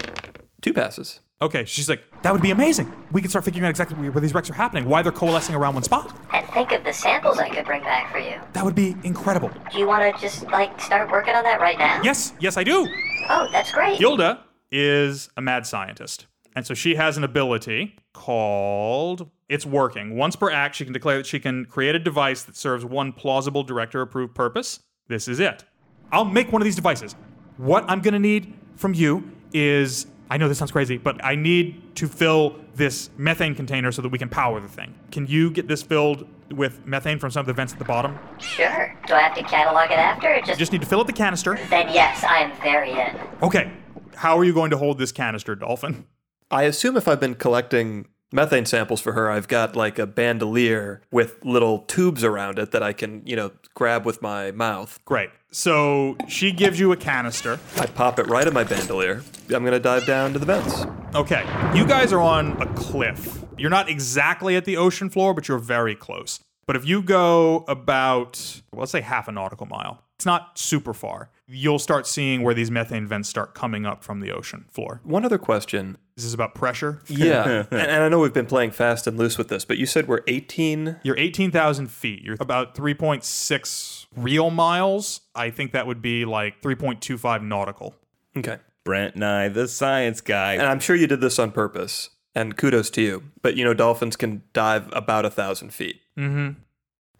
[SPEAKER 4] Two passes.
[SPEAKER 2] Okay, she's like, that would be amazing. We can start figuring out exactly where these wrecks are happening, why they're coalescing around one spot.
[SPEAKER 5] And think of the samples I could bring back for you.
[SPEAKER 2] That would be incredible.
[SPEAKER 5] Do you want to just like start working on that right now?
[SPEAKER 2] Yes, yes, I do.
[SPEAKER 5] Oh, that's great.
[SPEAKER 2] Gilda is a mad scientist. And so she has an ability called It's Working. Once per act, she can declare that she can create a device that serves one plausible director approved purpose. This is it. I'll make one of these devices. What I'm going to need from you is I know this sounds crazy, but I need to fill this methane container so that we can power the thing. Can you get this filled with methane from some of the vents at the bottom?
[SPEAKER 5] Sure. Do I have to catalog it after? Or just,
[SPEAKER 2] Just need to fill up the canister.
[SPEAKER 5] then yes, I am very in.
[SPEAKER 2] Okay. How are you going to hold this canister, Dolphin?
[SPEAKER 4] I assume if I've been collecting methane samples for her, I've got like a bandolier with little tubes around it that I can, you know, grab with my mouth.
[SPEAKER 2] Great. So she gives you a canister.
[SPEAKER 4] I pop it right in my bandolier. I'm gonna dive down to the vents.
[SPEAKER 2] Okay. You guys are on a cliff. You're not exactly at the ocean floor, but you're very close. But if you go about, well, let's say half a nautical mile, it's not super far. You'll start seeing where these methane vents start coming up from the ocean floor.
[SPEAKER 4] One other question.
[SPEAKER 2] This is about pressure.
[SPEAKER 4] Yeah, and, and I know we've been playing fast and loose with this, but you said we're 18.
[SPEAKER 2] You're 18,000 feet. You're about 3.6 real miles. I think that would be like 3.25 nautical.
[SPEAKER 4] Okay.
[SPEAKER 3] Brent Nye, the science
[SPEAKER 4] And
[SPEAKER 3] guy.
[SPEAKER 4] I'm sure you did this on purpose, and kudos to you. But you know, dolphins can dive about a thousand feet. Mm-hmm.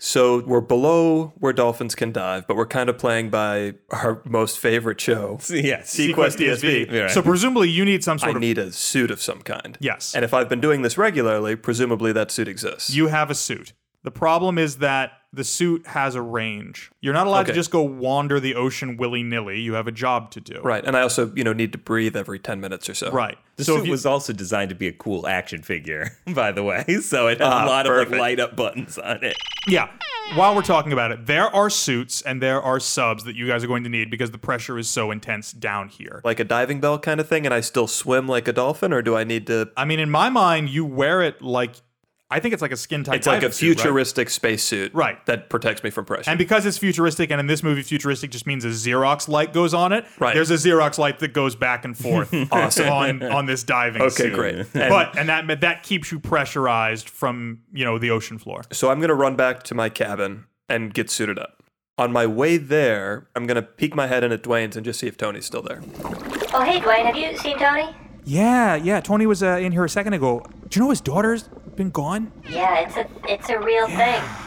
[SPEAKER 4] So we're below where dolphins can dive, but we're kind of playing by our most
[SPEAKER 2] [laughs]
[SPEAKER 4] favorite show.
[SPEAKER 3] [laughs] Yes.
[SPEAKER 4] Sequest DSV.
[SPEAKER 3] Yeah, right.
[SPEAKER 2] So presumably you need some
[SPEAKER 4] I
[SPEAKER 2] sort of
[SPEAKER 4] need a suit of some kind.
[SPEAKER 2] Yes.
[SPEAKER 4] And if I've been doing this regularly, presumably that suit exists.
[SPEAKER 2] You have a suit. The problem is that the suit has a range. You're not allowed to
[SPEAKER 4] Okay.
[SPEAKER 2] just go wander the ocean willy nilly. You have a job to do.
[SPEAKER 4] right. And I also, you know, need to breathe every 10 minutes or so.
[SPEAKER 2] Right.
[SPEAKER 3] The
[SPEAKER 2] so if
[SPEAKER 3] suit
[SPEAKER 2] you-
[SPEAKER 3] was also designed to be a cool action figure, [laughs] by the way. So it had a
[SPEAKER 2] Ah,
[SPEAKER 3] lot of like,
[SPEAKER 4] perfect.
[SPEAKER 3] light up buttons on it.
[SPEAKER 2] yeah. While we're talking about it, there are suits and there are subs that you guys are going to need because the pressure is so intense down here.
[SPEAKER 4] Like a diving bell kind of thing, and I still swim like a dolphin, or do I need to?
[SPEAKER 2] I mean, in my mind, you wear it like I think it's like a skin tight.
[SPEAKER 4] It's like a
[SPEAKER 2] diving suit, right?
[SPEAKER 4] futuristic spacesuit,
[SPEAKER 2] Right.
[SPEAKER 4] That protects me from pressure.
[SPEAKER 2] And because it's futuristic, and in this movie, futuristic just means a Xerox light goes on it.
[SPEAKER 4] Right.
[SPEAKER 2] There's a Xerox light that goes back and forth on on this diving.
[SPEAKER 4] Okay,
[SPEAKER 2] suit.
[SPEAKER 4] great. And-
[SPEAKER 2] but and that meant- that keeps you pressurized from you know the ocean floor.
[SPEAKER 4] So I'm going to run back to my cabin and get suited up. On my way there, I'm going to peek my head in at Dwayne's and just see if Tony's still there.
[SPEAKER 5] Oh, hey, Dwayne, have you seen Tony?
[SPEAKER 2] Yeah, yeah. Tony was uh, in here a second ago. Do you know his daughter's been gone?
[SPEAKER 5] Yeah, it's a it's a real thing.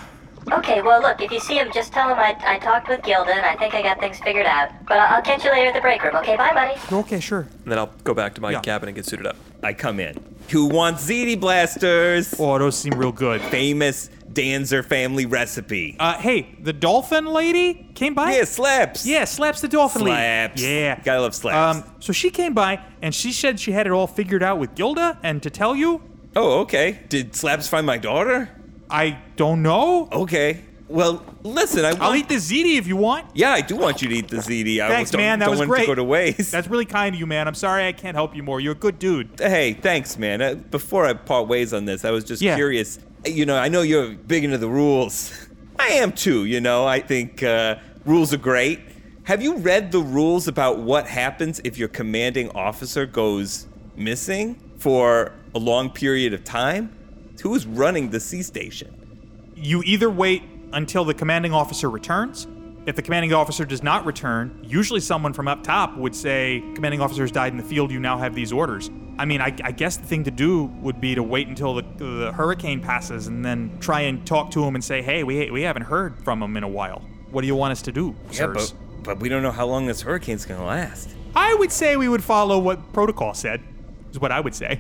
[SPEAKER 5] Okay, well, look, if you see him, just tell him I, I talked with Gilda and I think I got things figured out. But I'll, I'll catch you later at the break room. Okay, bye, buddy.
[SPEAKER 2] Okay, sure.
[SPEAKER 4] And then I'll go back to my
[SPEAKER 2] Yeah.
[SPEAKER 4] cabin and get suited up.
[SPEAKER 3] I come in. Who wants ZD Blasters?
[SPEAKER 2] Oh, those seem real good.
[SPEAKER 3] Famous Danzer family recipe.
[SPEAKER 2] Uh, hey, the dolphin lady came by.
[SPEAKER 3] yeah, slaps.
[SPEAKER 2] Oh. Yeah, slaps the dolphin
[SPEAKER 3] Slaps.
[SPEAKER 2] lady. Yeah.
[SPEAKER 3] Gotta love slaps.
[SPEAKER 2] Um, so she came by and she said she had it all figured out with Gilda. And to tell you,
[SPEAKER 3] Oh, okay. Did slaps find my daughter?
[SPEAKER 2] I don't know.
[SPEAKER 3] Oh. Okay. Well, listen, I want.
[SPEAKER 2] I'll eat the ziti if you want.
[SPEAKER 3] yeah, I do want you to eat the ZD. I
[SPEAKER 2] Thanks,
[SPEAKER 3] don't,
[SPEAKER 2] man. That
[SPEAKER 3] don't
[SPEAKER 2] was
[SPEAKER 3] want
[SPEAKER 2] great.
[SPEAKER 3] it to go to waste.
[SPEAKER 2] That's really kind of you, man. I'm sorry I can't help you more. You're a good dude.
[SPEAKER 3] hey, thanks, man. Uh, before I part ways on this, I was just
[SPEAKER 2] Yeah.
[SPEAKER 3] curious. Uh, You know, I know you're big into the rules. [laughs] I am too, you know. I think uh, rules are great. Have you read the rules about what happens if your commanding officer goes missing for a long period of time? Who's running the C station?
[SPEAKER 2] you either wait until the commanding officer returns. If the commanding officer does not return, usually someone from up top would say, Commanding officer has died in the field, you now have these orders. I mean, I, I guess the thing to do would be to wait until the, the hurricane passes and then try and talk to him and say, Hey, we, we haven't heard from him in a while. What do you want us to do, sirs?
[SPEAKER 3] but, but we don't know how long this hurricane's gonna last.
[SPEAKER 2] I would say we would follow what protocol said, is what I would say.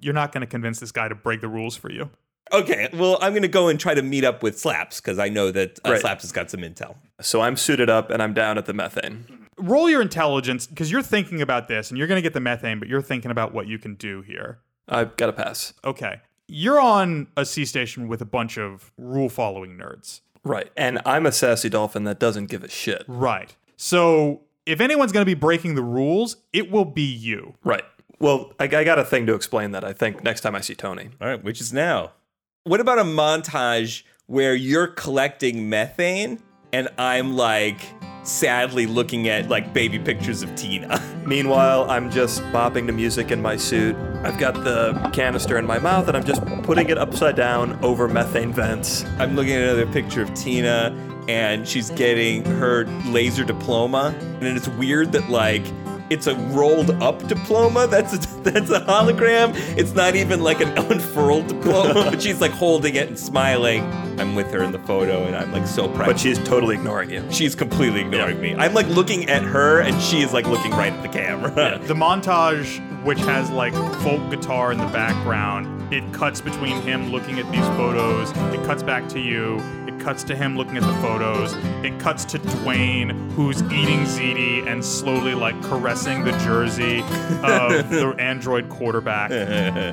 [SPEAKER 2] You're not going to convince this guy to break the rules for you.
[SPEAKER 3] Okay, well, I'm gonna go and try to meet up with Slaps because I know that uh,
[SPEAKER 4] Right.
[SPEAKER 3] Slaps has got some intel.
[SPEAKER 4] So I'm suited up and I'm down at the methane.
[SPEAKER 2] roll your intelligence because you're thinking about this and you're going to get the methane, but you're thinking about what you can do here.
[SPEAKER 4] I got to pass.
[SPEAKER 2] Okay. You're on a C station with a bunch of rule following nerds.
[SPEAKER 4] Right. And I'm a sassy dolphin that doesn't give a shit.
[SPEAKER 2] Right. So if anyone's going to be breaking the rules, it will be you.
[SPEAKER 4] Right. Well, I, I got a thing to explain that I think next time I see Tony.
[SPEAKER 3] All right, which is now. What about a montage where you're collecting methane and I'm like sadly looking at like baby pictures of Tina? [laughs]
[SPEAKER 4] Meanwhile, I'm just bopping to music in my suit. I've got the canister in my mouth and I'm just putting it upside down over methane vents.
[SPEAKER 3] I'm looking at another picture of Tina and she's getting her laser diploma and it's weird that like it's a rolled up diploma. That's a, [laughs] that's a hologram. It's not even like an [laughs] unfurled diploma. but she's like holding it and smiling. I'm with her in the photo and I'm like so proud.
[SPEAKER 4] But she's totally ignoring you.
[SPEAKER 3] She's completely ignoring me. I'm like looking at her, and she is like looking right at the [laughs] camera.
[SPEAKER 2] The montage, which has like folk guitar in the background, it cuts between him looking at these photos, it cuts back to you, it cuts to him looking at the photos, it cuts to Dwayne, who's eating ziti and slowly like caressing the jersey of the android quarterback.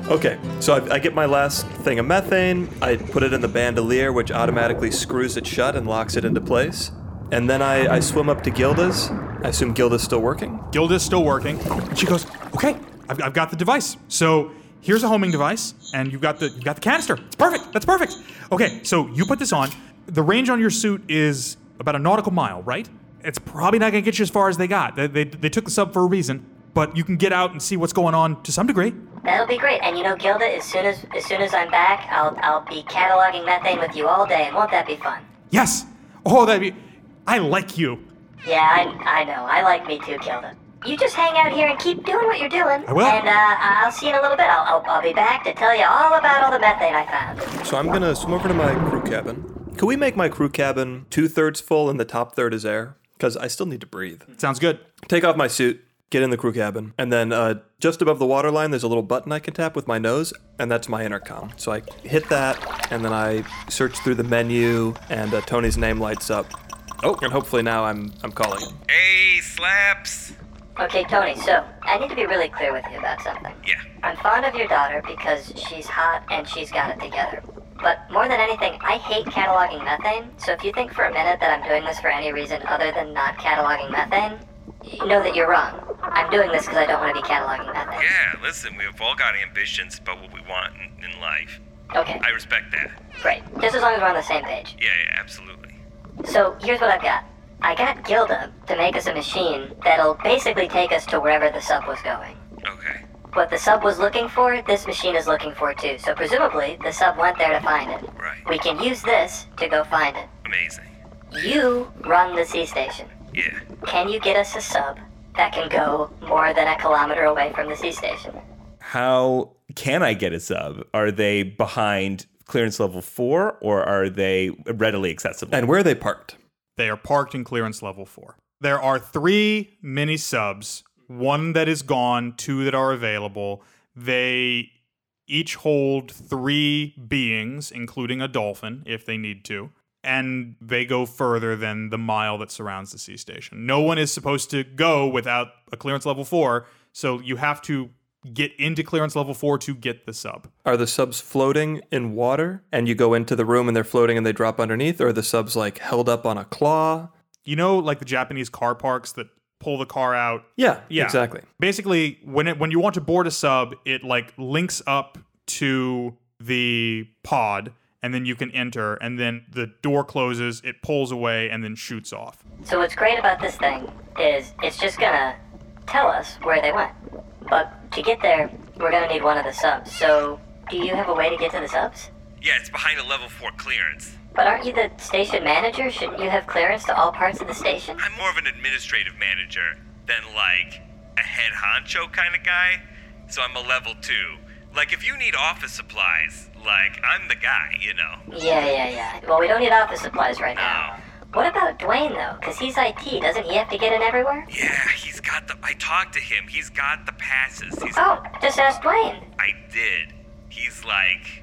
[SPEAKER 4] Okay, so I, I get my last thing of methane. I put it in the bandolier, which automatically screws it shut and locks it into place. And then I, I swim up to Gilda's. I assume Gilda's still working.
[SPEAKER 2] Gilda's still working. She goes, "Okay, I've, I've got the device. So here's a homing device, and you've got the you've got the canister. It's perfect. That's perfect. Okay, so you put this on. The range on your suit is about a nautical mile, right? It's probably not gonna get you as far as they got. They, they, they took the sub for a reason, but you can get out and see what's going on to some degree.
[SPEAKER 5] That'll be great. And you know, Gilda, as soon as as soon as I'm back, I'll I'll be cataloging methane with you all day, and won't that be fun?
[SPEAKER 2] Yes. Oh, that'd be. I like you.
[SPEAKER 5] Yeah, I I know. I like me too, Gilda. You just hang out here and keep doing what you're doing.
[SPEAKER 2] I will.
[SPEAKER 5] And uh, I- I'll see you in a little bit. I'll, I'll, I'll be back to tell you all about all the methane I found.
[SPEAKER 4] So I'm gonna swim over to my crew cabin. Can we make my crew cabin two thirds full and the top third is air? Because I still need to breathe.
[SPEAKER 2] Sounds good.
[SPEAKER 4] Take off my suit, get in the crew cabin, and then uh, just above the water line, there's a little button I can tap with my nose, and that's my intercom. So I hit that, and then I search through the menu, and uh, Tony's name lights up. Oh, and hopefully now I'm I'm calling. him.
[SPEAKER 3] Hey, slaps.
[SPEAKER 5] Okay, Tony. So I need to be really clear with you about something.
[SPEAKER 3] Yeah.
[SPEAKER 5] I'm fond of your daughter because she's hot and she's got it together. But more than anything, I hate cataloging methane. So if you think for a minute that I'm doing this for any reason other than not cataloging methane, you know that you're wrong. I'm doing this because I don't want to be cataloging methane.
[SPEAKER 3] Yeah, listen, we have all got ambitions about what we want in, in life.
[SPEAKER 5] Okay,
[SPEAKER 3] I respect that.
[SPEAKER 5] great. Just as long as we're on the same page.
[SPEAKER 3] Yeah, yeah, absolutely.
[SPEAKER 5] So here's what I've got. I got Gilda to make us a machine that'll basically take us to wherever the sub was going.
[SPEAKER 3] Okay.
[SPEAKER 5] What the sub was looking for, this machine is looking for too. So presumably, the sub went there to find it.
[SPEAKER 3] Right.
[SPEAKER 5] We can use this to go find it.
[SPEAKER 3] Amazing.
[SPEAKER 5] You run the C station.
[SPEAKER 3] Yeah.
[SPEAKER 5] Can you get us a sub that can go more than a kilometer away from the sea station.
[SPEAKER 3] How can I get a sub? Are they behind clearance level four or are they readily accessible?
[SPEAKER 4] And where are they parked?
[SPEAKER 2] They are parked in clearance level four. There are three mini subs, one that is gone, two that are available. They each hold three beings, including a dolphin if they need to, and they go further than the mile that surrounds the sea station. No one is supposed to go without a clearance level four, so you have to get into clearance level four to get the sub.
[SPEAKER 4] Are the subs floating in water and you go into the room and they're floating and they drop underneath? Or are the subs like held up on a claw?
[SPEAKER 2] You know, like the Japanese car parks that pull the car out
[SPEAKER 4] Yeah,
[SPEAKER 2] Yeah.
[SPEAKER 4] exactly.
[SPEAKER 2] basically when it when you want to board a sub it like links up to the pod and then you can enter and then the door closes it pulls away and then shoots off
[SPEAKER 5] So what's great about this thing is it's just gonna tell us where they went. But to get there, we're gonna need one of the subs. So do you have a way to get to the subs?
[SPEAKER 3] Yeah, it's behind a level four clearance.
[SPEAKER 5] But aren't you the station manager? Shouldn't you have clearance to all parts of the station?
[SPEAKER 3] I'm more of an administrative manager than like a head honcho kind of guy, so I'm a level two. Like, if you need office supplies, like, I'm the guy, you know.
[SPEAKER 5] Yeah, yeah, yeah. Well, we don't need office supplies right now. What about Dwayne, though? Because he's IT. Doesn't he have to get in everywhere?
[SPEAKER 3] Yeah, he's got the. I talked to him. He's got the passes. He's.
[SPEAKER 5] Oh, just ask Dwayne.
[SPEAKER 3] I did. He's like,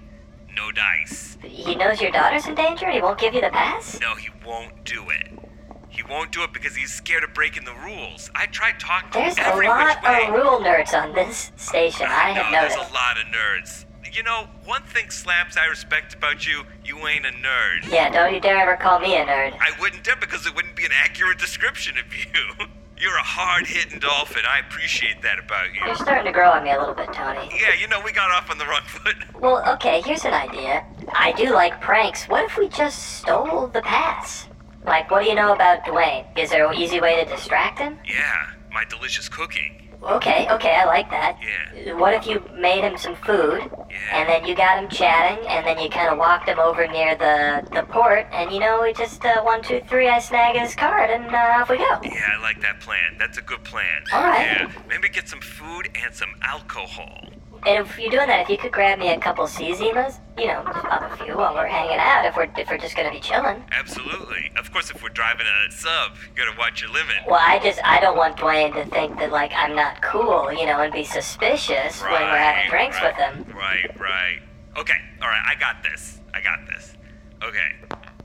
[SPEAKER 3] no dice.
[SPEAKER 5] He knows your daughter's in danger and he won't give you the pass?
[SPEAKER 3] No, he won't do it. He won't do it because he's scared of breaking the rules. I tried talking to him
[SPEAKER 5] There's a
[SPEAKER 3] every
[SPEAKER 5] lot
[SPEAKER 3] which way.
[SPEAKER 5] of rule nerds on this station. I
[SPEAKER 3] no,
[SPEAKER 5] have
[SPEAKER 3] there's
[SPEAKER 5] noticed.
[SPEAKER 3] a lot of nerds. You know, one thing slaps I respect about you, you ain't a nerd.
[SPEAKER 5] Yeah, don't you dare ever call me a nerd.
[SPEAKER 3] I wouldn't dare because it wouldn't be an accurate description of you. [laughs] You're a hard hitting dolphin. I appreciate that about
[SPEAKER 5] You're
[SPEAKER 3] you.
[SPEAKER 5] starting to grow on me a little bit, Tony.
[SPEAKER 3] Yeah, you know, we got off on the wrong [laughs] foot.
[SPEAKER 5] Well, okay, here's an idea. I do like pranks. What if we just stole the pass? Like, what do you know about Dwayne? Is there an easy way to distract him?
[SPEAKER 3] Yeah, my delicious cooking.
[SPEAKER 5] Okay, okay, I like that.
[SPEAKER 3] Yeah.
[SPEAKER 5] What if you made him some food,
[SPEAKER 3] Yeah.
[SPEAKER 5] and then you got him chatting, and then you kind of walked him over near the the port, and you know, we just uh, one, two, three, I snag his card, and uh, off we go.
[SPEAKER 3] Yeah, I like that plan. That's a good plan.
[SPEAKER 5] All right.
[SPEAKER 3] Yeah, maybe get some food and some alcohol.
[SPEAKER 5] And if you're doing that, if you could grab me a couple Zemas, you know, just pop a few while we're hanging out, if we're if we're just gonna be chilling.
[SPEAKER 3] Absolutely. Of course, if we're driving a sub, you gotta watch your limit.
[SPEAKER 5] Well, I just I don't want Dwayne to think that like I'm not cool, you know, and be suspicious when we're having drinks
[SPEAKER 3] right,
[SPEAKER 5] with him.
[SPEAKER 3] Right, right. Okay, all right, I got this. I got this. Okay.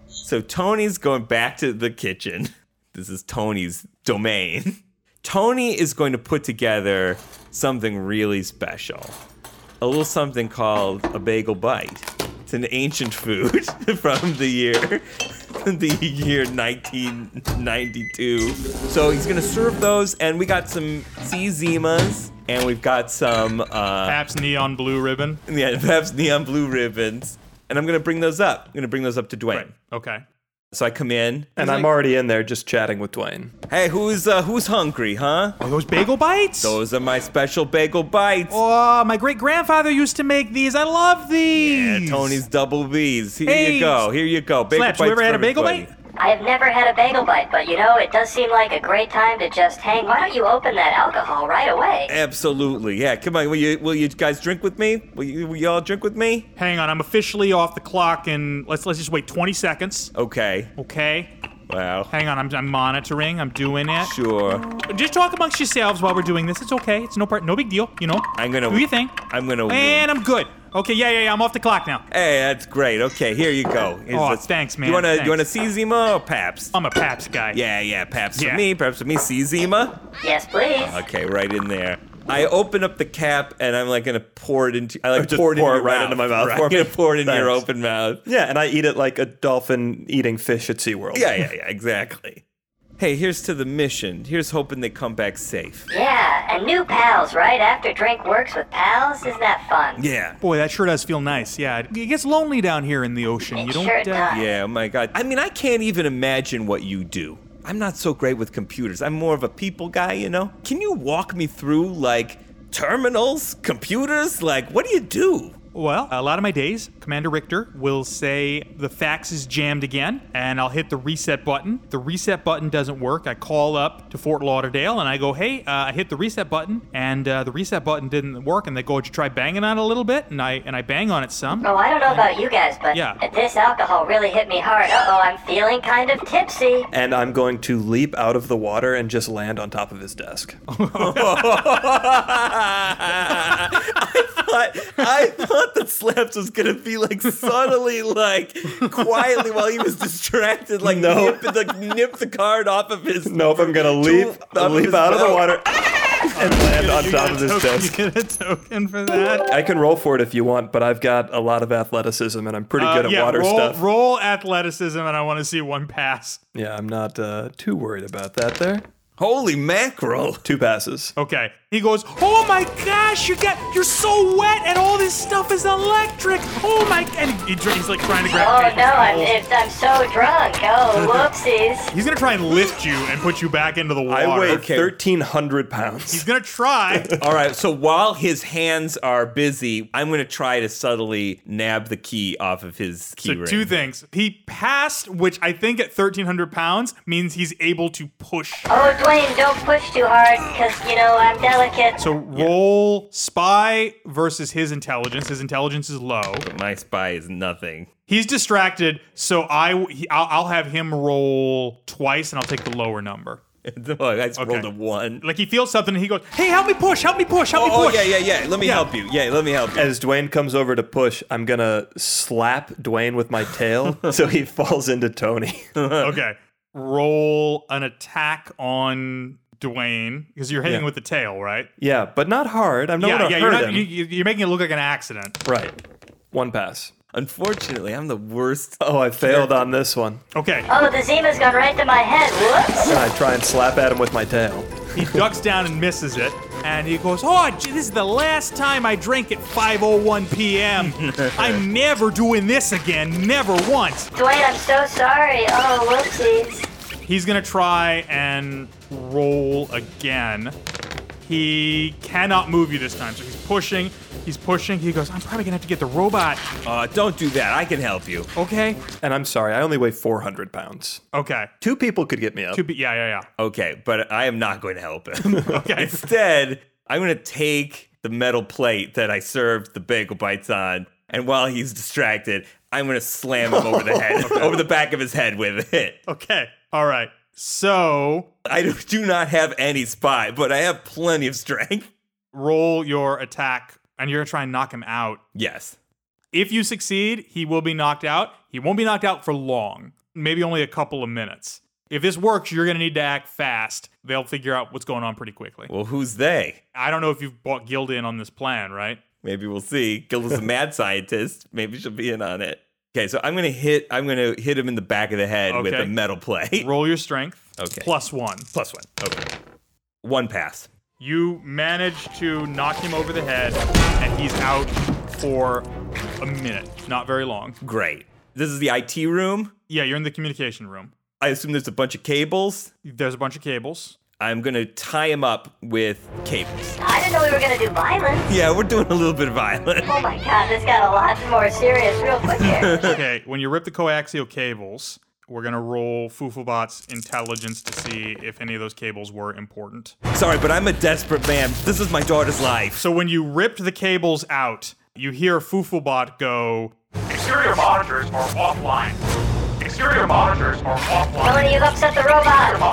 [SPEAKER 3] So Tony's going back to the kitchen. [laughs] This is Tony's domain. [laughs] Tony is going to put together something really special. A little something called a bagel bite. It's an ancient food [laughs] from the year [laughs] the year 1992. So he's going to serve those and we got some sea zimas and we've got some uh, [laughs]
[SPEAKER 2] Paps neon blue ribbon
[SPEAKER 3] yeah, perhaps neon blue ribbons. And I'm gonna bring those up. I'm gonna bring those up to Dwayne.
[SPEAKER 2] okay
[SPEAKER 3] So I come in He's
[SPEAKER 4] And I'm
[SPEAKER 3] like,
[SPEAKER 4] already in there just chatting with Dwayne.
[SPEAKER 3] Hey, who's uh, who's hungry, huh?
[SPEAKER 2] are those bagel bites
[SPEAKER 3] Those are my special bagel bites.
[SPEAKER 2] oh my great grandfather used to make these i love these
[SPEAKER 3] Yeah, Tony's double B's. Here
[SPEAKER 2] Hey,
[SPEAKER 3] you go. Here you go. Bagel
[SPEAKER 2] Slaps, you
[SPEAKER 3] bites
[SPEAKER 2] ever had
[SPEAKER 3] for
[SPEAKER 2] a bagel
[SPEAKER 3] everybody.
[SPEAKER 2] bite?
[SPEAKER 5] I have never had a bagel bite, but you know, it does seem like a great time to just hang. Why don't you open that alcohol right away?
[SPEAKER 2] Eh.
[SPEAKER 3] Absolutely. Yeah. Come on. Will you will you guys drink with me? Will you, will you all drink with me?
[SPEAKER 2] hang on i'm officially off the clock and let's let's just wait 20 seconds
[SPEAKER 3] Okay.
[SPEAKER 2] okay
[SPEAKER 3] Wow.
[SPEAKER 2] hang on i'm, I'm monitoring i'm doing it
[SPEAKER 3] Sure.
[SPEAKER 2] just talk amongst yourselves while we're doing this it's okay it's no part no big deal you know
[SPEAKER 3] I'm gonna-
[SPEAKER 2] do your thing
[SPEAKER 3] I'm gonna win.
[SPEAKER 2] and i'm good okay yeah yeah yeah i'm off the clock now
[SPEAKER 3] Hey, that's great. Okay. Here you go. Here's
[SPEAKER 4] Oh,
[SPEAKER 2] Aw,
[SPEAKER 3] this-
[SPEAKER 2] thanks, man,
[SPEAKER 3] You wanna
[SPEAKER 2] thanks.
[SPEAKER 3] you wanna see Zima or Paps?
[SPEAKER 2] i'm a paps guy
[SPEAKER 3] Yeah, yeah. Paps
[SPEAKER 2] Yeah.
[SPEAKER 3] for me. Paps for me. See Zima.
[SPEAKER 5] Yes, please.
[SPEAKER 2] Uh,
[SPEAKER 3] Okay, right in there. I open up the cap and I'm like gonna pour it into. I like
[SPEAKER 4] [laughs] Just
[SPEAKER 3] pour it,
[SPEAKER 4] pour
[SPEAKER 3] in
[SPEAKER 4] it
[SPEAKER 3] your
[SPEAKER 4] right
[SPEAKER 3] mouth,
[SPEAKER 4] into my [laughs]
[SPEAKER 3] [laughs]
[SPEAKER 4] mouth.
[SPEAKER 3] Right? I'm gonna pour it in your
[SPEAKER 4] Thanks.
[SPEAKER 3] open mouth.
[SPEAKER 4] Yeah, and I eat it like a dolphin eating fish at SeaWorld.
[SPEAKER 3] Yeah, yeah, yeah. Exactly. Hey, here's to the mission. Here's hoping they come back safe.
[SPEAKER 5] Yeah, and new pals, right? After drink works with pals, isn't that fun?
[SPEAKER 3] Yeah.
[SPEAKER 2] Boy, that sure does feel nice. Yeah, it gets lonely down here in the ocean. You
[SPEAKER 5] It
[SPEAKER 2] don't.
[SPEAKER 5] sure
[SPEAKER 2] uh,
[SPEAKER 5] does.
[SPEAKER 3] Yeah. Oh my God. I mean, I can't even imagine what you do. I'm not so great with computers. I'm more of a people guy, you know. Can you walk me through like terminals, computers? Like, what do [laughs] you do?
[SPEAKER 2] Well, a lot of my days, Commander Richter will say the fax is jammed again, and I'll hit the reset button. The reset button doesn't work. I call up to Fort Lauderdale and I go, hey, uh, I hit the reset button, and uh, the reset button didn't work. And they go, would you try banging on it a little bit? And I and I bang on it some.
[SPEAKER 5] Oh, I don't know about you guys, but
[SPEAKER 2] Yeah.
[SPEAKER 5] this alcohol really hit me hard. Uh oh, I'm feeling kind of
[SPEAKER 2] Eh.
[SPEAKER 5] tipsy.
[SPEAKER 4] And I'm going to leap out of the water and just land on top of his desk. [laughs]
[SPEAKER 3] I, [laughs] I thought that Slaps was gonna be like subtly, like quietly while he was distracted, like
[SPEAKER 4] No.
[SPEAKER 3] nip, like nip the card off of his.
[SPEAKER 4] Nope, I'm gonna leap,
[SPEAKER 3] Up
[SPEAKER 4] leap
[SPEAKER 3] his
[SPEAKER 4] out of the
[SPEAKER 3] belt. [laughs]
[SPEAKER 4] water and land on
[SPEAKER 2] You
[SPEAKER 4] top
[SPEAKER 2] get a
[SPEAKER 4] of his
[SPEAKER 2] token-
[SPEAKER 4] desk.
[SPEAKER 2] You [laughs] get a token for that.
[SPEAKER 4] I can roll for it if you want, but I've got a lot of athleticism and I'm pretty
[SPEAKER 2] Uh,
[SPEAKER 4] good at
[SPEAKER 2] yeah,
[SPEAKER 4] water
[SPEAKER 2] roll,
[SPEAKER 4] stuff.
[SPEAKER 2] roll athleticism, and I want to see one pass.
[SPEAKER 4] Yeah, I'm not uh, too worried about that there.
[SPEAKER 1] Holy mackerel!
[SPEAKER 4] Two passes.
[SPEAKER 2] Okay. He goes, "Oh my gosh, you got you're so wet, and all this stuff is electric. Oh my!" And he, dr- he's like trying to grab.
[SPEAKER 5] Oh
[SPEAKER 2] tables
[SPEAKER 5] no,
[SPEAKER 2] and
[SPEAKER 5] I'm
[SPEAKER 2] rolls.
[SPEAKER 5] it's, I'm so drunk.
[SPEAKER 2] [laughs]
[SPEAKER 5] Oh, whoopsies.
[SPEAKER 2] He's gonna try and lift you and put you back into the water.
[SPEAKER 4] I weigh
[SPEAKER 3] Okay.
[SPEAKER 4] 1,300 pounds.
[SPEAKER 2] He's gonna try.
[SPEAKER 3] All right, so while his hands are busy, I'm gonna try to subtly nab the key off of his key
[SPEAKER 2] so
[SPEAKER 3] ring.
[SPEAKER 2] two things. He passed, which I think at 1,300 pounds means he's able to push.
[SPEAKER 5] Oh, Dwayne, don't push too hard, cause you know I'm delicate.
[SPEAKER 2] So roll spy versus his intelligence. His intelligence is low.
[SPEAKER 3] My spy is nothing. [laughs]
[SPEAKER 2] He's distracted, so I he, I'll, I'll have him roll twice, and I'll take the lower number.
[SPEAKER 3] I just rolled a one.
[SPEAKER 2] Like he feels something, and he goes, "Hey, help me push! Help me push! Help me
[SPEAKER 3] Oh
[SPEAKER 2] push!"
[SPEAKER 3] yeah, yeah, yeah. Let me
[SPEAKER 2] Yeah.
[SPEAKER 3] help you. Yeah, let me help you.
[SPEAKER 4] [laughs] As Dwayne comes over to push, I'm gonna slap Dwayne with my
[SPEAKER 2] [laughs]
[SPEAKER 4] tail so he falls into Tony. [laughs]
[SPEAKER 2] okay. Roll an attack on Dwayne because you're hitting
[SPEAKER 4] Yeah.
[SPEAKER 2] with the tail, right?
[SPEAKER 4] yeah, but not hard. I'm not
[SPEAKER 2] yeah,
[SPEAKER 4] gonna
[SPEAKER 2] yeah.
[SPEAKER 4] hurt
[SPEAKER 2] You're, not,
[SPEAKER 4] him.
[SPEAKER 2] you, you- you're making it look like an accident.
[SPEAKER 4] Right. One pass.
[SPEAKER 3] Unfortunately, I'm the worst.
[SPEAKER 4] Oh, I failed on this one.
[SPEAKER 2] Okay.
[SPEAKER 5] Oh, the Zima's gone right to my head. Whoops.
[SPEAKER 4] I try and slap at him with my tail.
[SPEAKER 2] He ducks down and misses it, and he goes, "Oh, gee, this is the last time I drank at 5:01
[SPEAKER 4] [laughs]
[SPEAKER 2] p.m. I'm never doing this again. Never once."
[SPEAKER 5] Dwayne, I'm so sorry. Oh, whoopsies.
[SPEAKER 2] He's gonna try and roll again. He cannot move you this time, so he's pushing. He's pushing. He goes, "I'm probably gonna have to get the robot."
[SPEAKER 3] Uh, don't do that. I can help you.
[SPEAKER 2] Okay.
[SPEAKER 4] And I'm sorry, I only weigh 400 pounds.
[SPEAKER 2] Okay.
[SPEAKER 4] Two people could get me up.
[SPEAKER 2] To be, yeah, yeah, yeah.
[SPEAKER 3] Okay, but I am not going to help [laughs] him.
[SPEAKER 2] Okay.
[SPEAKER 3] Instead, I'm going to take the metal plate that I served the bagel bites on, and while he's distracted, I'm going to slam him over the [laughs] head, over the back of his head with it.
[SPEAKER 2] Okay. All right. So
[SPEAKER 3] I do- do not have any spy, but I have plenty of strength. [laughs]
[SPEAKER 2] roll your attack, and you're gonna try and knock him out.
[SPEAKER 3] Yes.
[SPEAKER 2] If you succeed, he will be knocked out. He won't be knocked out for long, maybe only a couple of minutes. If this works, you're gonna need to act fast. They'll figure out what's going on pretty quickly.
[SPEAKER 3] Well, who's they?
[SPEAKER 2] I don't know if you've bought Gilda in on this plan, right?
[SPEAKER 3] Maybe we'll see. Gilda's a [laughs] mad scientist. Maybe she'll be in on it. Okay, so I'm gonna hit. I'm gonna hit him in the back of the head with
[SPEAKER 2] Okay.
[SPEAKER 3] a metal plate.
[SPEAKER 2] Roll your strength.
[SPEAKER 3] Okay.
[SPEAKER 2] Plus one.
[SPEAKER 3] Plus one. Okay. One pass.
[SPEAKER 2] You manage to knock him over the head, and he's out for a minute. Not very long.
[SPEAKER 3] Great. This is the IT room.
[SPEAKER 2] Yeah, you're in the communication room.
[SPEAKER 3] I assume there's a bunch of cables.
[SPEAKER 2] There's a bunch of cables.
[SPEAKER 3] I'm gonna tie him up with cables.
[SPEAKER 5] I didn't know we were gonna do violence.
[SPEAKER 3] Yeah, we're doing a little bit violent.
[SPEAKER 5] Oh my god, this got a lot more serious real quick here.
[SPEAKER 2] Okay, when you rip the coaxial cables, we're gonna roll Fufubot's intelligence to see if any of those cables were important.
[SPEAKER 3] [laughs] Sorry, but I'm a desperate man. This is my daughter's life.
[SPEAKER 2] So when you ripped the cables out, you hear Fufubot go,
[SPEAKER 6] Exterior monitors are offline. Exterior monitors are offline.
[SPEAKER 5] Tony, you've upset the robot.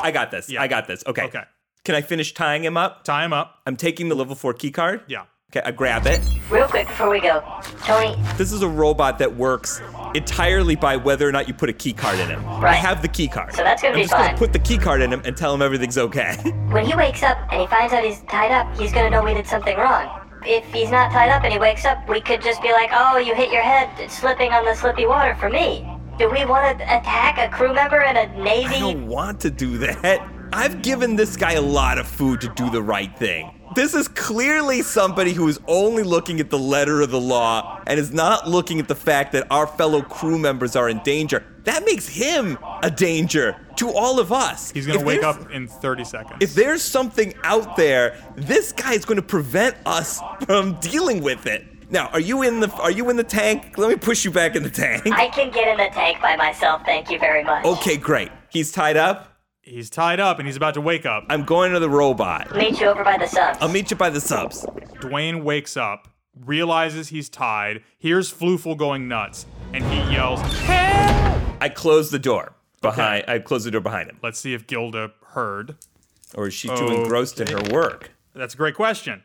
[SPEAKER 3] I got this. I got this. Okay.
[SPEAKER 2] Okay.
[SPEAKER 3] Can I finish tying him up?
[SPEAKER 2] tie him up.
[SPEAKER 3] I'm taking the level four key card.
[SPEAKER 2] Yeah.
[SPEAKER 3] Okay, I grab it.
[SPEAKER 5] Real quick before we go, Tony,
[SPEAKER 3] This is a robot that works entirely by whether or not you put a key card in him. I
[SPEAKER 5] Right.
[SPEAKER 3] have the key card.
[SPEAKER 5] So that's gonna
[SPEAKER 3] I'm
[SPEAKER 5] be
[SPEAKER 3] just
[SPEAKER 5] fun.
[SPEAKER 3] gonna put the key card in him and tell him everything's okay. [laughs]
[SPEAKER 5] when he wakes up and he finds out he's tied up, he's gonna know we did something wrong. If he's not tied up and he wakes up, we could just be like, oh, you hit your head it's slipping on the slippy water for me. Do we want to attack a crew member in a
[SPEAKER 3] I
[SPEAKER 5] Navy?
[SPEAKER 3] don't want to do that. I've given this guy a lot of food to do the right thing. This is clearly somebody who is only looking at the letter of the law and is not looking at the fact that our fellow crew members are in danger. That makes him a danger to all of us.
[SPEAKER 2] He's gonna
[SPEAKER 3] If
[SPEAKER 2] wake
[SPEAKER 3] there's-
[SPEAKER 2] up in 30 seconds.
[SPEAKER 3] If there's something out there, this guy is going to prevent us from dealing with it. Now, are you in the are you in the tank? Let me push you back in the tank.
[SPEAKER 5] I can get in the tank by myself, thank you very much.
[SPEAKER 3] Okay, great. He's tied up.
[SPEAKER 2] He's tied up and he's about to wake up.
[SPEAKER 3] I'm going to the robot.
[SPEAKER 5] Meet you over by the subs.
[SPEAKER 3] I'll meet you by the subs.
[SPEAKER 2] Dwayne wakes up, realizes he's tied, hears Floofle going nuts, and he yells, Help!
[SPEAKER 3] I close the door behind. I close the door behind him.
[SPEAKER 2] Let's see if Gilda heard.
[SPEAKER 3] Or is she too engrossed in her work?
[SPEAKER 2] That's a great question.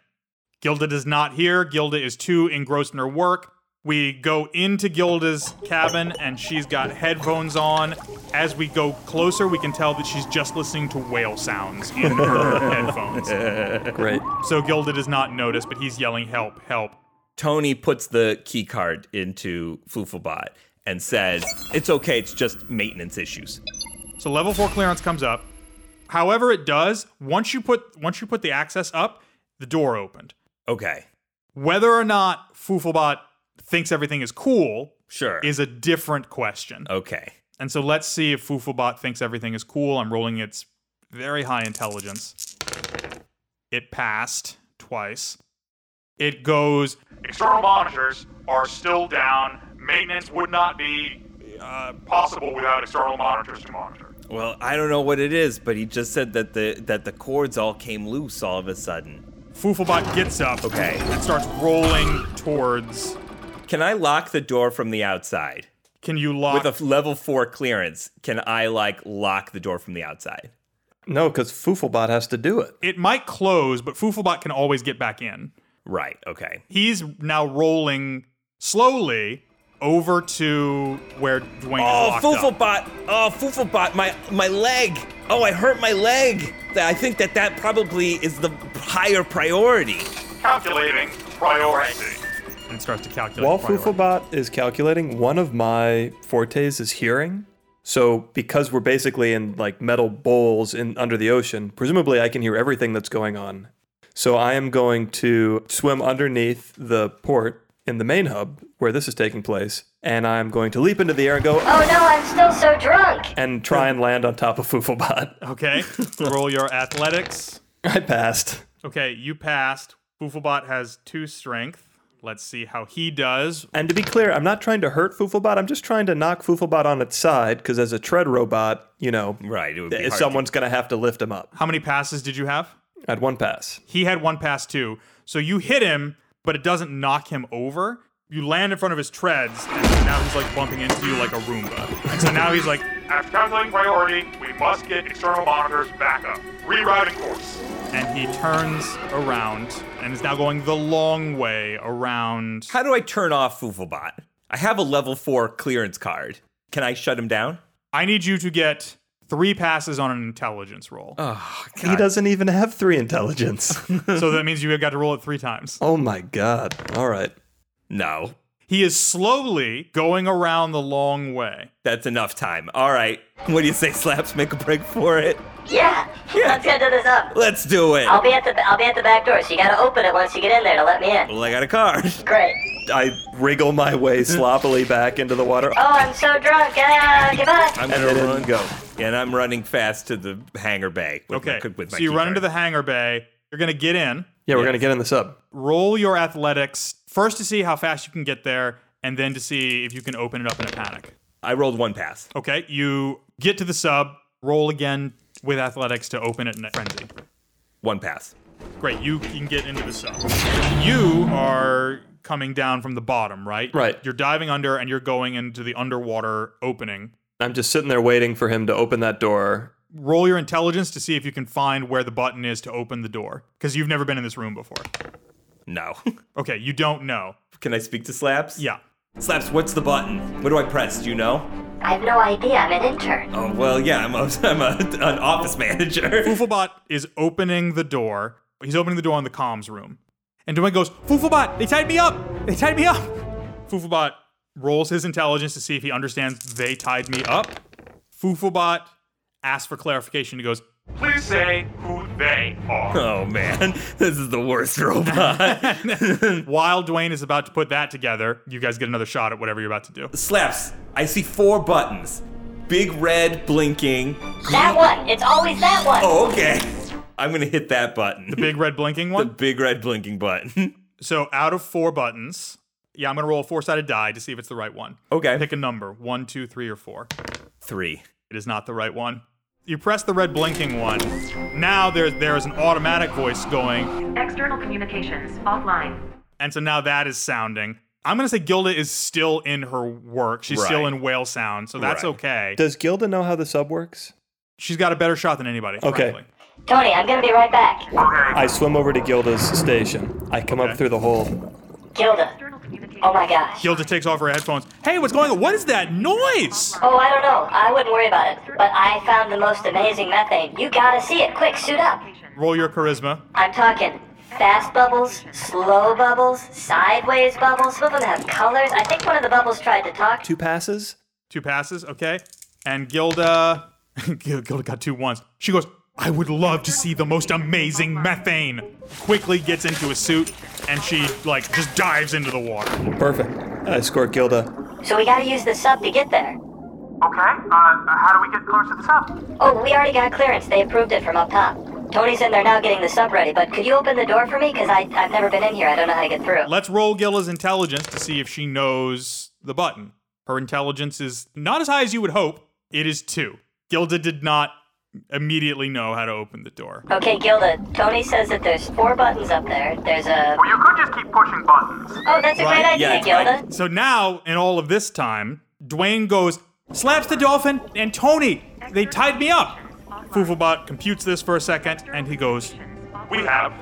[SPEAKER 2] Gilda does not hear. Gilda is too engrossed in her work. We go into Gilda's cabin and she's got headphones on. As we go closer, we can tell that she's just listening to whale sounds in her headphones.
[SPEAKER 4] Great.
[SPEAKER 2] So Gilda does not notice, but he's yelling, Help, help.
[SPEAKER 3] Tony puts the key card into Fooflebot and says, "It's okay. It's just maintenance issues."
[SPEAKER 2] So level four clearance comes up. However, it does, once you put once you put the access up, the door opened.
[SPEAKER 3] Okay,
[SPEAKER 2] Whether or not Fooflebot thinks everything is cool
[SPEAKER 3] sure.
[SPEAKER 2] is a different question.
[SPEAKER 3] okay.
[SPEAKER 2] And so let's see if Fooflebot thinks everything is cool. I'm rolling its very high intelligence. It passed twice. It goes,
[SPEAKER 6] External monitors are still down. Maintenance would not be uh, possible without external monitors to monitor.
[SPEAKER 3] Well, I don't know what it is, but he just said that the that the cords all came loose all of a sudden.
[SPEAKER 2] Fooflebot gets up
[SPEAKER 3] Okay.
[SPEAKER 2] and starts rolling towards.
[SPEAKER 3] Can I lock the door from the outside?
[SPEAKER 2] Can you lock?
[SPEAKER 3] With a f- level four clearance, can I like lock the door from the outside?
[SPEAKER 4] No, because Fooflebot has to do it.
[SPEAKER 2] it might close, but Fooflebot can always get back in.
[SPEAKER 3] Right. Okay.
[SPEAKER 2] He's now rolling slowly over to where Dwayne
[SPEAKER 3] Oh,
[SPEAKER 2] is locked up.
[SPEAKER 3] Fooflebot! Oh, Fooflebot! My my leg! Oh, I hurt my leg! I think that that probably is the higher priority.
[SPEAKER 6] Calculating priority.
[SPEAKER 2] and starts to calculate.
[SPEAKER 4] While
[SPEAKER 2] priority.
[SPEAKER 4] Fooflebot is calculating, one of my fortes is hearing. So because we're basically in like metal bowls in under the ocean, presumably I can hear everything that's going on. So I am going to swim underneath the port in the main hub where this is taking place, and I'm going to leap into the air and go
[SPEAKER 5] Oh no, I'm still so drunk.
[SPEAKER 4] and try and land on top of [laughs] Fooflebot.
[SPEAKER 3] [laughs]
[SPEAKER 2] Okay, roll your athletics.
[SPEAKER 4] I passed.
[SPEAKER 2] Okay, you passed. Fooflebot has two strength. Let's see how he does.
[SPEAKER 4] And to be clear, I'm not trying to hurt Fooflebot. I'm just trying to knock Fooflebot on its side because as a tread robot, you know,
[SPEAKER 3] Right. It would be
[SPEAKER 4] if
[SPEAKER 3] hard
[SPEAKER 4] someone's going to have to lift him up.
[SPEAKER 2] How many passes did you have?
[SPEAKER 4] I had one pass.
[SPEAKER 2] He had one pass too. So you hit him, but it doesn't knock him over. You land in front of his treads, and now he's like bumping into you like a Roomba. And so now he's like,
[SPEAKER 6] After calculating priority, we must get external monitors back up. Rerouting course.
[SPEAKER 2] and he turns around and is now going the long way around.
[SPEAKER 3] How do I turn off Fooflebot? I have a level four clearance card. Can I shut him down?
[SPEAKER 2] I need you to get three passes on an intelligence roll.
[SPEAKER 4] He doesn't even have three
[SPEAKER 3] [laughs]
[SPEAKER 4] intelligence.
[SPEAKER 2] So that means you have got to roll it three times.
[SPEAKER 4] oh my god. All right.
[SPEAKER 3] No.
[SPEAKER 2] He is slowly going around the long way.
[SPEAKER 3] That's enough time. All right. What do you say, Slaps? Make a break for it.
[SPEAKER 5] Yeah, let's get to this up.
[SPEAKER 3] Let's do it.
[SPEAKER 5] I'll be at the I'll be at the back door, so you gotta open it once you get in there to let me in.
[SPEAKER 3] Well, I got a
[SPEAKER 2] [laughs]
[SPEAKER 3] card.
[SPEAKER 5] Great.
[SPEAKER 4] I wriggle
[SPEAKER 3] [laughs]
[SPEAKER 4] my way sloppily back into the water
[SPEAKER 5] Oh, I'm so drunk. Ah, goodbye.
[SPEAKER 3] I'm
[SPEAKER 4] and
[SPEAKER 3] gonna
[SPEAKER 4] it
[SPEAKER 3] run.
[SPEAKER 4] didn't go.
[SPEAKER 3] And I'm running fast to the hangar bay. With
[SPEAKER 2] Okay.
[SPEAKER 3] My, with my
[SPEAKER 2] so you
[SPEAKER 3] key
[SPEAKER 2] run
[SPEAKER 3] card.
[SPEAKER 2] into the hangar bay. You're going to get in,
[SPEAKER 4] Yeah, we're gonna get in the sub.
[SPEAKER 2] roll your athletics first to see how fast you can get there, and then to see if you can open it up in a panic.
[SPEAKER 3] I rolled one pass.
[SPEAKER 2] Okay. You get to the sub, roll again with athletics to open it in a frenzy.
[SPEAKER 3] One pass.
[SPEAKER 2] Great. You can get into the sub. You are coming down from the bottom, right?
[SPEAKER 4] Right.
[SPEAKER 2] You're diving under and you're going into the underwater opening.
[SPEAKER 4] I'm just sitting there waiting for him to open that door.
[SPEAKER 2] roll your intelligence to see if you can find where the button is to open the door because you've never been in this room before.
[SPEAKER 3] No. [laughs]
[SPEAKER 2] Okay, you don't know.
[SPEAKER 3] Can I speak to Slaps?
[SPEAKER 2] Yeah.
[SPEAKER 3] Slaps, what's the button? What do I press? Do you know?
[SPEAKER 5] I have no idea. I'm an intern.
[SPEAKER 3] Oh, well, yeah, I'm, a, [laughs] I'm a, an office
[SPEAKER 2] [laughs]
[SPEAKER 3] manager.
[SPEAKER 2] Fooflebot is opening the door. He's opening the door in the comms room. And Dwayne goes, Fooflebot, they tied me up! They tied me up! Fooflebot rolls his intelligence to see if he understands they tied me up. Fooflebot asks for clarification. He goes,
[SPEAKER 6] Please say who they
[SPEAKER 3] [laughs]
[SPEAKER 6] are.
[SPEAKER 3] Oh, man. [laughs] This is the worst
[SPEAKER 2] [laughs]
[SPEAKER 3] robot.
[SPEAKER 2] while Dwayne is about to put that together, you guys get another shot at whatever you're about to do.
[SPEAKER 3] Slaps, I see four buttons big red blinking.
[SPEAKER 5] That one. It's always that one.
[SPEAKER 3] Oh, okay. I'm going to hit that button.
[SPEAKER 2] Big red blinking one?
[SPEAKER 3] Big red blinking button. [laughs]
[SPEAKER 2] So out of four buttons, yeah, I'm gonna roll a four-sided die to see if it's the right one.
[SPEAKER 3] Okay.
[SPEAKER 2] Pick a number: one, two, three, or four.
[SPEAKER 3] Three.
[SPEAKER 2] It is not the right one. You press the red blinking one. Now there there is an automatic voice going,
[SPEAKER 7] External communications offline.
[SPEAKER 2] and so now that is sounding. I'm gonna say Gilda is still in her work. She's still
[SPEAKER 3] Right.
[SPEAKER 2] in whale sound, so that's
[SPEAKER 3] Right.
[SPEAKER 2] okay.
[SPEAKER 4] Does Gilda know how the sub works?
[SPEAKER 2] She's got a better shot than anybody.
[SPEAKER 4] Okay.
[SPEAKER 2] frankly.
[SPEAKER 5] Tony, I'm gonna be right back.
[SPEAKER 6] Okay.
[SPEAKER 4] I swim over to Gilda's station. I come
[SPEAKER 2] Okay.
[SPEAKER 4] up through the hole.
[SPEAKER 5] Gilda.
[SPEAKER 7] External communications.
[SPEAKER 5] Oh my gosh.
[SPEAKER 2] Gilda takes off her headphones. Hey, what's going on? What is that noise?
[SPEAKER 5] Oh, I don't know. I wouldn't worry about it. But I found the most amazing methane. You gotta see it. Quick, suit up.
[SPEAKER 2] Roll your charisma.
[SPEAKER 5] I'm talking fast bubbles, slow bubbles, sideways bubbles. Some of them have colors. I think one of the bubbles tried to talk.
[SPEAKER 4] Two passes?
[SPEAKER 2] Two passes, okay. And Gilda, [laughs] Gil- Gilda got two ones. She goes, I would love to see the most amazing methane. Quickly gets into a suit and she like just dives into the water.
[SPEAKER 4] Perfect. I escort Gilda.
[SPEAKER 5] So we gotta use the sub to get there.
[SPEAKER 6] Okay. Uh, how do we get close to the sub?
[SPEAKER 5] Oh, we already got clearance. They approved it from up top. Tony's in there now getting the sub ready, but could you open the door for me? Because I've never been in here. I don't know how to get through.
[SPEAKER 2] Let's roll Gilda's intelligence to see if she knows the button. Her intelligence is not as high as you would hope. It is two. Gilda did not immediately know how to open the door.
[SPEAKER 5] Okay, Gilda, Tony says that there's four buttons up there. There's a.
[SPEAKER 6] Well, you could just keep pushing buttons.
[SPEAKER 5] Oh, that's a great
[SPEAKER 3] Right, yeah,
[SPEAKER 5] idea, Gilda.
[SPEAKER 2] So now, in all of this time, Dwayne goes, slaps the dolphin, and Tony, they tied me up. Fufubot computes this for a second, and he goes,
[SPEAKER 6] We have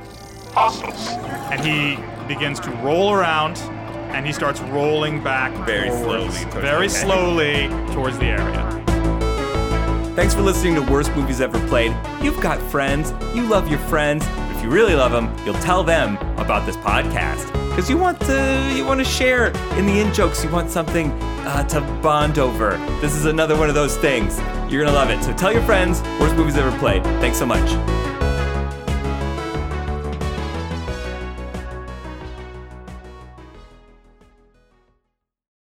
[SPEAKER 6] hostels.
[SPEAKER 2] and he begins to roll around, and he starts rolling back
[SPEAKER 3] Very
[SPEAKER 2] forwards,
[SPEAKER 3] slowly towards
[SPEAKER 2] very
[SPEAKER 3] the-
[SPEAKER 2] slowly towards the area.
[SPEAKER 3] Thanks for listening to Worst Movies Ever Played. You've got friends, you love your friends. If you really love them, you'll tell them about this podcast because you want to you want to share in the in jokes. You want something uh, to bond over. This is another one of those things. You're gonna love it. So tell your friends. Worst Movies Ever Played. Thanks so much.